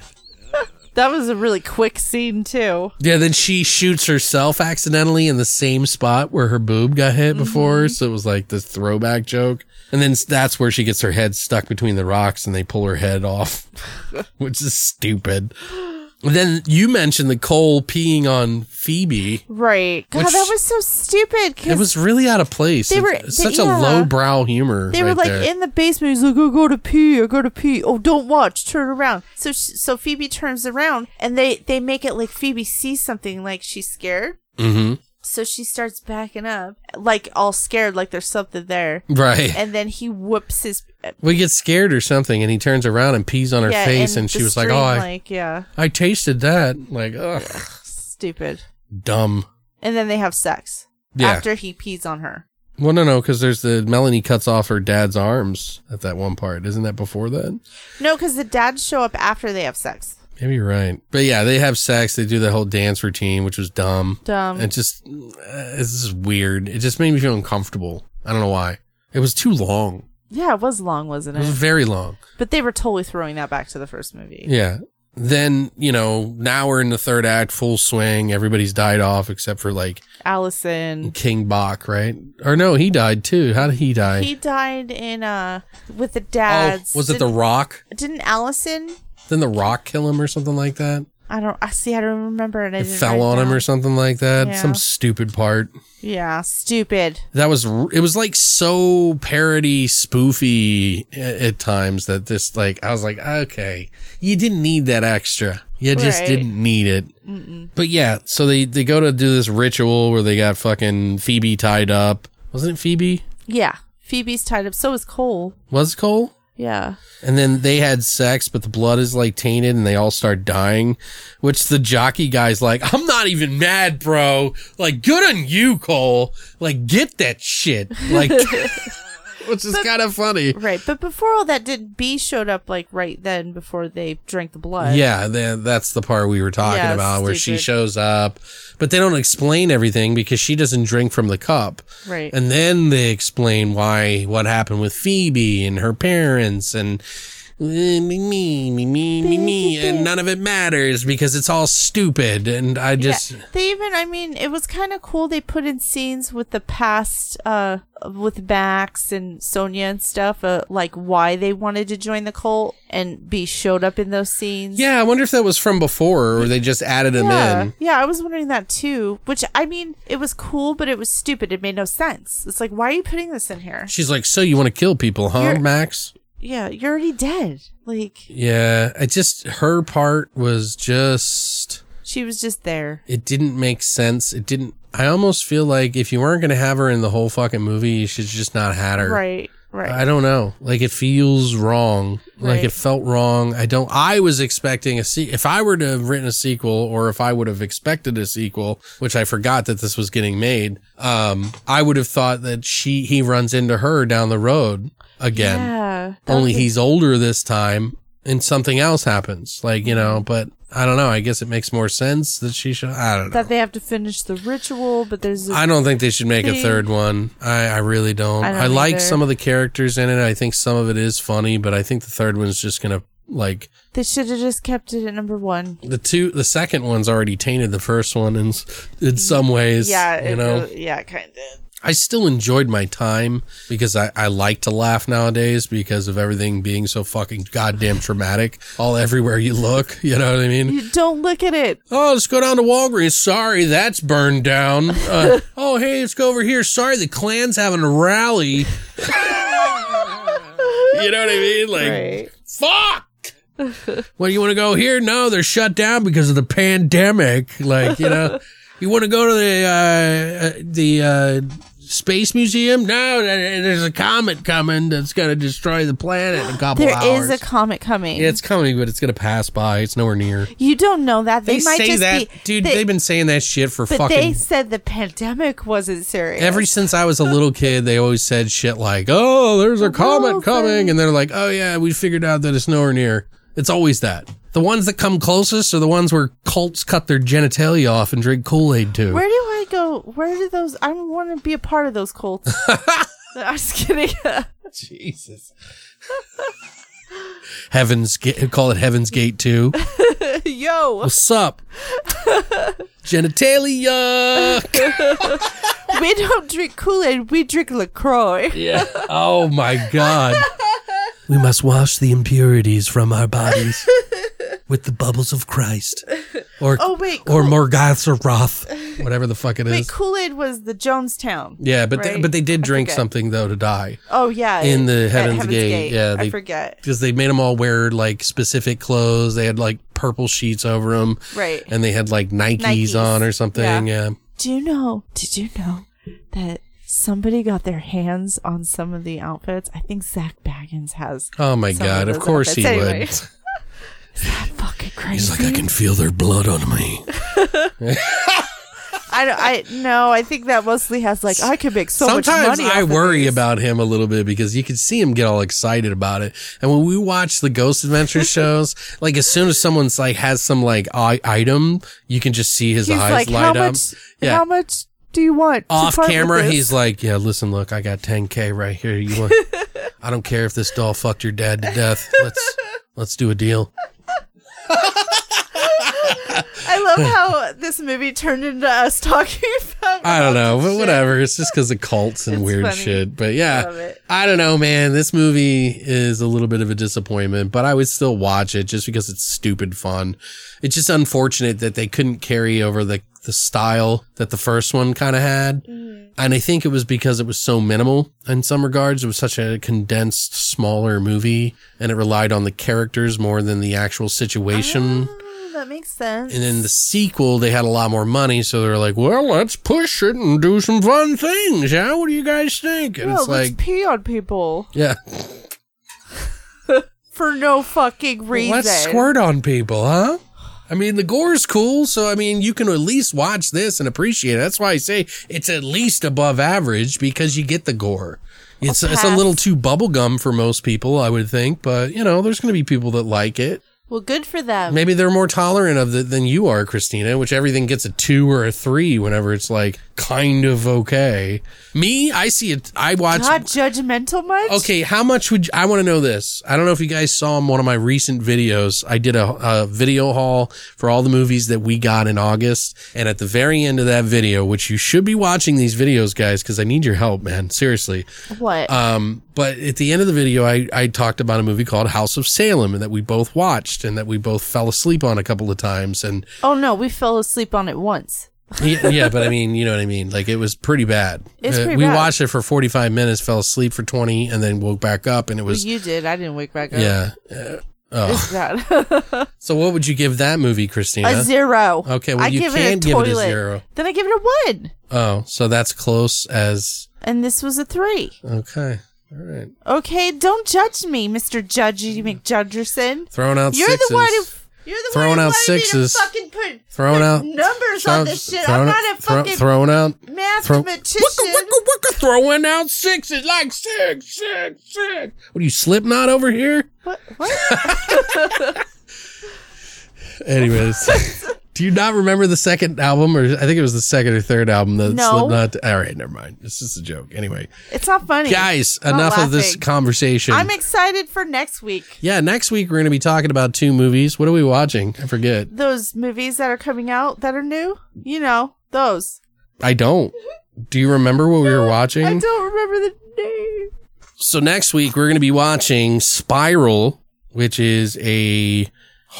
[SPEAKER 2] That was a really quick scene too.
[SPEAKER 1] Yeah, then she shoots herself accidentally in the same spot where her boob got hit before. So it was like this throwback joke. And then s- that's where she gets her head stuck between the rocks and they pull her head off, which is stupid. And then you mentioned the Cole peeing on Phoebe.
[SPEAKER 2] Right. God,
[SPEAKER 1] Which-
[SPEAKER 2] that was so stupid.
[SPEAKER 1] It
[SPEAKER 2] 'cause
[SPEAKER 1] was really out of place.
[SPEAKER 2] They
[SPEAKER 1] It's
[SPEAKER 2] were-
[SPEAKER 1] such a
[SPEAKER 2] yeah.
[SPEAKER 1] lowbrow humor.
[SPEAKER 2] they were
[SPEAKER 1] right
[SPEAKER 2] like
[SPEAKER 1] there.
[SPEAKER 2] in the basement. He's like, "I go to pee. I go to pee. Oh, don't watch. Turn around." So, sh- so Phoebe turns around, and they they make it like Phoebe sees something, like she's scared.
[SPEAKER 1] Mm-hmm.
[SPEAKER 2] So she starts backing up, like all scared, like there's something there.
[SPEAKER 1] right.
[SPEAKER 2] And then he whoops his
[SPEAKER 1] we get scared or something, and he turns around and pees on her
[SPEAKER 2] yeah,
[SPEAKER 1] face, and,
[SPEAKER 2] the
[SPEAKER 1] she was like, "Oh,
[SPEAKER 2] stream,
[SPEAKER 1] I,
[SPEAKER 2] like yeah,
[SPEAKER 1] I tasted that." Like, ugh,
[SPEAKER 2] stupid."
[SPEAKER 1] dumb.
[SPEAKER 2] And then they have sex
[SPEAKER 1] Yeah.
[SPEAKER 2] after he pees on her.
[SPEAKER 1] Well, no, no, because there's the Melanie cuts off her dad's arms at that one part. Isn't that before that?
[SPEAKER 2] No, because the dads show up after they have sex.
[SPEAKER 1] Maybe you're right. But yeah, they have sex. They do the whole dance routine, which was dumb.
[SPEAKER 2] Dumb.
[SPEAKER 1] It just, uh, it's just weird. It just made me feel uncomfortable. I don't know why. It was too long.
[SPEAKER 2] Yeah, it was long, wasn't
[SPEAKER 1] It was
[SPEAKER 2] it?
[SPEAKER 1] very long.
[SPEAKER 2] But they were totally throwing that back to the first movie.
[SPEAKER 1] Yeah. Then, you know, now we're in the third act, full swing. Everybody's died off except for like
[SPEAKER 2] Allison.
[SPEAKER 1] King Bach, right? Or no, he died too. How did he die?
[SPEAKER 2] He died in uh with the
[SPEAKER 1] oh,
[SPEAKER 2] dads.
[SPEAKER 1] was it The
[SPEAKER 2] Didn't-
[SPEAKER 1] Rock?
[SPEAKER 2] Didn't Allison?
[SPEAKER 1] Didn't The Rock kill him or something like that?
[SPEAKER 2] I don't. I see. I don't remember. And I
[SPEAKER 1] It
[SPEAKER 2] didn't
[SPEAKER 1] fell
[SPEAKER 2] write
[SPEAKER 1] on him
[SPEAKER 2] down.
[SPEAKER 1] or something like that.
[SPEAKER 2] Yeah.
[SPEAKER 1] Some stupid part.
[SPEAKER 2] Yeah, stupid.
[SPEAKER 1] That was, r- it was like so parody spoofy a- at times that this, like, I was like, okay, you didn't need that extra. You just
[SPEAKER 2] Right.
[SPEAKER 1] didn't need it. But yeah, so they, they go to do this ritual where they got fucking Phoebe tied up. Wasn't it Phoebe?
[SPEAKER 2] Yeah, Phoebe's tied up. So is Cole.
[SPEAKER 1] Was Cole?
[SPEAKER 2] Yeah.
[SPEAKER 1] And then they had sex, but the blood is like tainted and they all start dying, which the jockey guy's like, I'm not even mad, bro. Like, good on you, Cole. Like, get that shit. Like, which is kind of funny.
[SPEAKER 2] Right, but before all that, did B showed up like right then before they drank the blood?
[SPEAKER 1] Yeah, tha- that's the part we were talking
[SPEAKER 2] Yeah,
[SPEAKER 1] about where she
[SPEAKER 2] stupid.
[SPEAKER 1] shows up, but they don't explain everything because she doesn't drink from the cup.
[SPEAKER 2] right.
[SPEAKER 1] And then they explain why what happened with Phoebe and her parents and eh, me me me me me me and none of it matters because it's all stupid and I just
[SPEAKER 2] yeah, they even I mean it was kind of cool they put in scenes with the past uh with Max and Sonia and stuff uh, like why they wanted to join the cult and B showed up in those scenes.
[SPEAKER 1] yeah. I wonder if that was from before or they just added him
[SPEAKER 2] Yeah,
[SPEAKER 1] in.
[SPEAKER 2] yeah, I was wondering that too. Which I mean, it was cool, but it was stupid. It made no sense. It's like, why are you putting this in here?
[SPEAKER 1] She's like, "So you want to kill people, huh,
[SPEAKER 2] You're-
[SPEAKER 1] Max?"
[SPEAKER 2] Yeah, you're already dead. Like
[SPEAKER 1] Yeah, I just her part was just
[SPEAKER 2] she was just there.
[SPEAKER 1] it didn't make sense. It didn't. I almost feel like if you weren't going to have her in the whole fucking movie, you should just not had her.
[SPEAKER 2] Right, right.
[SPEAKER 1] I don't know. Like it feels wrong. Like
[SPEAKER 2] Right.
[SPEAKER 1] it felt wrong. I don't. I was expecting a se- if I were to have written a sequel, or if I would have expected a sequel, which I forgot that this was getting made. Um, I would have thought that she he runs into her down the road again.
[SPEAKER 2] yeah. that
[SPEAKER 1] Only
[SPEAKER 2] was-
[SPEAKER 1] he's older this time and something else happens. Like, you know, but I don't know. I guess it makes more sense that she should. I don't know.
[SPEAKER 2] that they have to finish the ritual, but there's a
[SPEAKER 1] I don't think they should make a
[SPEAKER 2] thing.
[SPEAKER 1] third one. I, I really don't. I,
[SPEAKER 2] I don't
[SPEAKER 1] like
[SPEAKER 2] either.
[SPEAKER 1] some of the characters in it. I think some of it is funny, but I think the third one's just gonna like
[SPEAKER 2] They should have just kept it at number one.
[SPEAKER 1] the two. The second one's already tainted the first one in s- in some ways. you know.
[SPEAKER 2] yeah, kind of.
[SPEAKER 1] I still enjoyed my time because I, I like to laugh nowadays because of everything being so fucking goddamn traumatic. All everywhere you look, you know what I mean.
[SPEAKER 2] You don't look at it.
[SPEAKER 1] Oh, let's go down to Walgreens. Sorry, that's burned down. Uh, oh, hey, let's go over here. Sorry, the Klan's having a rally. you know what I mean? Like,
[SPEAKER 2] Right.
[SPEAKER 1] fuck. well, you want to go here? No, they're shut down because of the pandemic. Like, you know, you want to go to the uh, uh, the uh, space museum? No, th- there's a comet coming that's going to destroy the planet in a couple
[SPEAKER 2] There
[SPEAKER 1] hours.
[SPEAKER 2] is a comet coming.
[SPEAKER 1] yeah, it's coming, but it's going to pass by. It's nowhere near.
[SPEAKER 2] you don't know that. They,
[SPEAKER 1] They,
[SPEAKER 2] might
[SPEAKER 1] say
[SPEAKER 2] just
[SPEAKER 1] that,
[SPEAKER 2] be.
[SPEAKER 1] dude.
[SPEAKER 2] they-
[SPEAKER 1] They, have been saying that shit for
[SPEAKER 2] but
[SPEAKER 1] fucking
[SPEAKER 2] they said the pandemic wasn't serious.
[SPEAKER 1] ever since I was a little kid. They always said shit like, "Oh, there's a comet
[SPEAKER 2] wolf
[SPEAKER 1] coming,"
[SPEAKER 2] is-
[SPEAKER 1] and they're like, "Oh yeah, we figured out that it's nowhere near." It's always that. The ones that come closest are the ones where cults cut their genitalia off and drink Kool Aid too.
[SPEAKER 2] Where do I go? Where do those? I want to be a part of those cults. I'm just kidding.
[SPEAKER 1] Jesus. Heaven's Gate, call it Heaven's Gate too.
[SPEAKER 2] Yo,
[SPEAKER 1] What's up? genitalia.
[SPEAKER 2] we don't drink Kool Aid. We drink Lacroix.
[SPEAKER 1] Yeah. Oh my God. We must wash the impurities from our bodies with the bubbles of Christ, or
[SPEAKER 2] Oh, wait,
[SPEAKER 1] or
[SPEAKER 2] cool.
[SPEAKER 1] Morgatzeroth, whatever the fuck it is.
[SPEAKER 2] Wait, Kool Aid was the Jonestown.
[SPEAKER 1] yeah, but they,
[SPEAKER 2] right?
[SPEAKER 1] but they did
[SPEAKER 2] I
[SPEAKER 1] drink
[SPEAKER 2] forget.
[SPEAKER 1] something though to die
[SPEAKER 2] Oh yeah,
[SPEAKER 1] in the
[SPEAKER 2] at
[SPEAKER 1] Heaven's, Gate. Yeah,
[SPEAKER 2] I
[SPEAKER 1] they
[SPEAKER 2] forget.
[SPEAKER 1] because they made them all wear like specific clothes. They had like purple sheets over them,
[SPEAKER 2] Right.
[SPEAKER 1] And they had like Nikes,
[SPEAKER 2] Nikes.
[SPEAKER 1] on or something.
[SPEAKER 2] Yeah.
[SPEAKER 1] yeah.
[SPEAKER 2] Do you know? Did you know that somebody got their hands on some of the outfits? I think Zach Baggins has.
[SPEAKER 1] Oh my
[SPEAKER 2] Some of
[SPEAKER 1] God! Of
[SPEAKER 2] those
[SPEAKER 1] course he
[SPEAKER 2] outfits. Anyway.
[SPEAKER 1] would.
[SPEAKER 2] Fucking
[SPEAKER 1] He's
[SPEAKER 2] crazy.
[SPEAKER 1] like, I can feel their blood on me.
[SPEAKER 2] I don't. I no. I think that mostly has like I could make so much
[SPEAKER 1] Sometimes
[SPEAKER 2] money.
[SPEAKER 1] I
[SPEAKER 2] off of
[SPEAKER 1] worry
[SPEAKER 2] these.
[SPEAKER 1] about him a little bit because you can see him get all excited about it. And when we watch the Ghost Adventure shows, like as soon as someone's like has some like I- item, you can just see his
[SPEAKER 2] He's
[SPEAKER 1] eyes
[SPEAKER 2] like,
[SPEAKER 1] light
[SPEAKER 2] how
[SPEAKER 1] up.
[SPEAKER 2] much? How much do you want? to
[SPEAKER 1] Off
[SPEAKER 2] part with
[SPEAKER 1] camera,
[SPEAKER 2] this?"
[SPEAKER 1] he's like, "Yeah, listen, look, I got 10k right here. You want? I don't care if this doll fucked your dad to death. Let's let's do a deal."
[SPEAKER 2] I love how this movie turned into us talking about.
[SPEAKER 1] I don't know, but
[SPEAKER 2] shit.
[SPEAKER 1] whatever. It's just because of cults and
[SPEAKER 2] It's
[SPEAKER 1] weird
[SPEAKER 2] funny.
[SPEAKER 1] shit. But
[SPEAKER 2] Love
[SPEAKER 1] yeah,
[SPEAKER 2] it.
[SPEAKER 1] I don't know, man. This movie is a little bit of a disappointment, but I would still watch it just because it's stupid fun. It's just unfortunate that they couldn't carry over the, the style that the first one kind of had.
[SPEAKER 2] Mm.
[SPEAKER 1] And I think it was because it was so minimal in some regards. It was such a condensed, smaller movie and it relied on the characters more than the actual situation.
[SPEAKER 2] Oh, that makes sense.
[SPEAKER 1] And then the sequel, they had a lot more money, so they were like, "Well, let's push it and do some fun things." Yeah, what do you guys think? And
[SPEAKER 2] Well,
[SPEAKER 1] it's
[SPEAKER 2] let's
[SPEAKER 1] like,
[SPEAKER 2] pee on people.
[SPEAKER 1] yeah,
[SPEAKER 2] for no fucking reason.
[SPEAKER 1] let's squirt on people, huh? I mean, the gore's cool. So, I mean, you can at least watch this and appreciate it. That's why I say it's at least above average because you get the gore. It's, it's a
[SPEAKER 2] pass.
[SPEAKER 1] little too bubblegum for most people, I would think, but you know, there's going to be people that like it.
[SPEAKER 2] Well, good for them.
[SPEAKER 1] Maybe they're more tolerant of it than you are, Christina, which everything gets a two or a three whenever it's like kind of okay. Me, I see it. I watch.
[SPEAKER 2] Not judgmental much.
[SPEAKER 1] Okay, how much would you, I want to know this? I don't know if you guys saw in one of my recent videos. I did a, a video haul for all the movies that we got in August, and at the very end of that video, which you should be watching these videos, guys, because I need your help, man. Seriously.
[SPEAKER 2] What?
[SPEAKER 1] Um, but at the end of the video, I, I talked about a movie called House of Salem and that we both watched and that we both fell asleep on a couple of times. And
[SPEAKER 2] oh no, we fell asleep on it once.
[SPEAKER 1] yeah, yeah, but I mean, you know what I mean? Like it was pretty bad. Uh,
[SPEAKER 2] It's pretty
[SPEAKER 1] we
[SPEAKER 2] bad.
[SPEAKER 1] watched it for 45 minutes, fell asleep for 20 and then woke back up and it was,
[SPEAKER 2] you did. I didn't wake back up.
[SPEAKER 1] yeah. Uh, oh,
[SPEAKER 2] It's bad.
[SPEAKER 1] so what would you give that movie, Christina?
[SPEAKER 2] a zero.
[SPEAKER 1] Okay, well,
[SPEAKER 2] I
[SPEAKER 1] you
[SPEAKER 2] give
[SPEAKER 1] can't
[SPEAKER 2] it a
[SPEAKER 1] give it a
[SPEAKER 2] toilet.
[SPEAKER 1] zero.
[SPEAKER 2] Then I give it a one,
[SPEAKER 1] oh, so that's close as,
[SPEAKER 2] and this was a three.
[SPEAKER 1] okay. All right.
[SPEAKER 2] Okay, don't judge me, Mister Judgy McJudgerson.
[SPEAKER 1] Throwing out
[SPEAKER 2] You're
[SPEAKER 1] sixes.
[SPEAKER 2] the one who. You're the
[SPEAKER 1] Throwing
[SPEAKER 2] one who
[SPEAKER 1] out
[SPEAKER 2] wanted me to
[SPEAKER 1] sixes.
[SPEAKER 2] Fucking put
[SPEAKER 1] Throwing
[SPEAKER 2] put
[SPEAKER 1] out
[SPEAKER 2] numbers on this shit.
[SPEAKER 1] throwing-
[SPEAKER 2] I'm not a
[SPEAKER 1] throw-
[SPEAKER 2] fucking
[SPEAKER 1] throwing out throw-
[SPEAKER 2] mathematician.
[SPEAKER 1] Wicka, wicka, wicka, throwing out sixes like six, six, six. What are you slipknot over here?
[SPEAKER 2] What? what?
[SPEAKER 1] Anyways, do you not remember the second album, or I think it was the second or third album that
[SPEAKER 2] No.
[SPEAKER 1] Slipknot? All right, never mind. It's just a joke. Anyway,
[SPEAKER 2] it's not funny,
[SPEAKER 1] guys,
[SPEAKER 2] I'm not
[SPEAKER 1] enough of this
[SPEAKER 2] laughing.
[SPEAKER 1] conversation.
[SPEAKER 2] I'm excited for next week.
[SPEAKER 1] yeah, next week we're going to be talking about two movies. What are we watching? I forget.
[SPEAKER 2] Those movies that are coming out that are new, you know, those.
[SPEAKER 1] I don't. Do you remember what we were watching?
[SPEAKER 2] I don't remember the name.
[SPEAKER 1] So next week we're going to be watching Spiral, which is a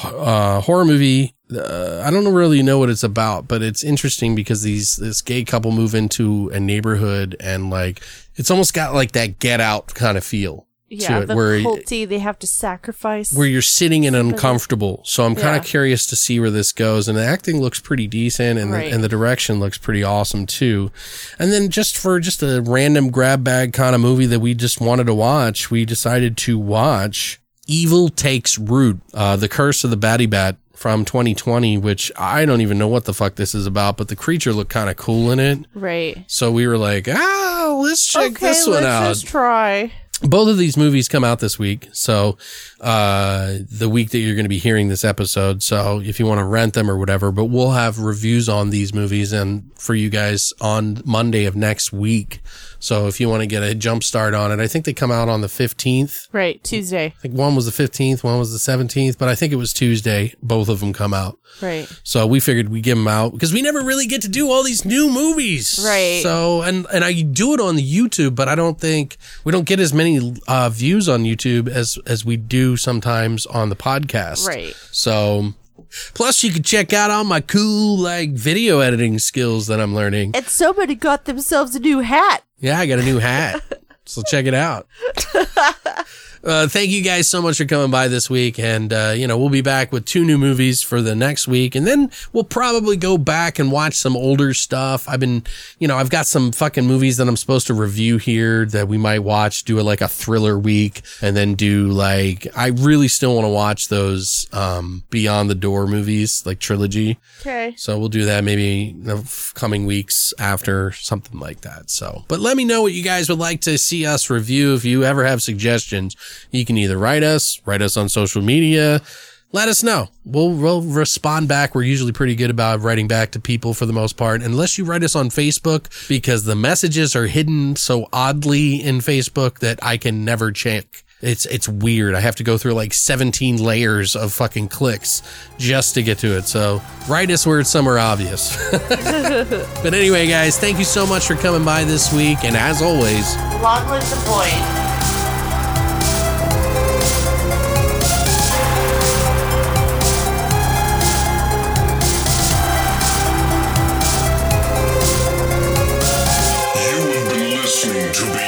[SPEAKER 1] uh, horror movie. Uh, I don't really know what it's about, but it's interesting because these this gay couple move into a neighborhood and like it's almost got like that Get Out kind of feel
[SPEAKER 2] Yeah,
[SPEAKER 1] to it,
[SPEAKER 2] the
[SPEAKER 1] where
[SPEAKER 2] culty they have to sacrifice.
[SPEAKER 1] where you're sitting and
[SPEAKER 2] Mm-hmm.
[SPEAKER 1] uncomfortable. So I'm kind of curious to see where this goes. And the acting looks pretty decent, and
[SPEAKER 2] Right.
[SPEAKER 1] the, and the direction looks pretty awesome too. And then just for just a random grab bag kind of movie that we just wanted to watch, we decided to watch Evil Takes Root: uh, The Curse of the Batty Bat from 2020, which I don't even know what the fuck this is about, but the creature looked kind of cool in it.
[SPEAKER 2] right.
[SPEAKER 1] So we were like, ah, let's check
[SPEAKER 2] okay,
[SPEAKER 1] this one
[SPEAKER 2] let's
[SPEAKER 1] out
[SPEAKER 2] just try.
[SPEAKER 1] both of these movies come out this week. So, uh, the week that you're going to be hearing this episode. So if you want to rent them or whatever, but we'll have reviews on these movies and for you guys on Monday of next week. So if you want to get a jump start on it, I think they come out on the 15th.
[SPEAKER 2] Right, Tuesday.
[SPEAKER 1] I think one was the 15th, one was the 17th, but I think it was Tuesday. Both of them come out.
[SPEAKER 2] Right.
[SPEAKER 1] So we figured we give them out because we never really get to do all these new movies,
[SPEAKER 2] Right.
[SPEAKER 1] So and and I do it on the YouTube, but I don't think we don't get as many uh, views on YouTube as as we do sometimes on the podcast,
[SPEAKER 2] Right.
[SPEAKER 1] So. Plus, you can check out all my cool like video editing skills that I'm learning.
[SPEAKER 2] And somebody got themselves a new hat.
[SPEAKER 1] Yeah, I got a new hat. so check it out. Uh, thank you guys so much for coming by this week. And, uh, you know, we'll be back with two new movies for the next week. And then we'll probably go back and watch some older stuff. I've been, you know, I've got some fucking movies that I'm supposed to review here that we might watch, do a, like a thriller week and then do like, I really still want to watch those, um, Beyond the Door movies, like trilogy.
[SPEAKER 2] Okay.
[SPEAKER 1] So we'll do that maybe in the f- coming weeks after something like that. So, but let me know what you guys would like to see us review. If you ever have suggestions, you can either write us, write us on social media. Let us know. We'll, we'll respond back. We're usually pretty good about writing back to people for the most part, unless you write us on Facebook because the messages are hidden so oddly in Facebook that I can never check. It's it's weird. I have to go through like 17 layers of fucking clicks just to get to it. So write us where it's somewhere obvious. but anyway, guys, thank you so much for coming by this week. And as always,
[SPEAKER 4] Long live the void.
[SPEAKER 5] You have been listening to Beyond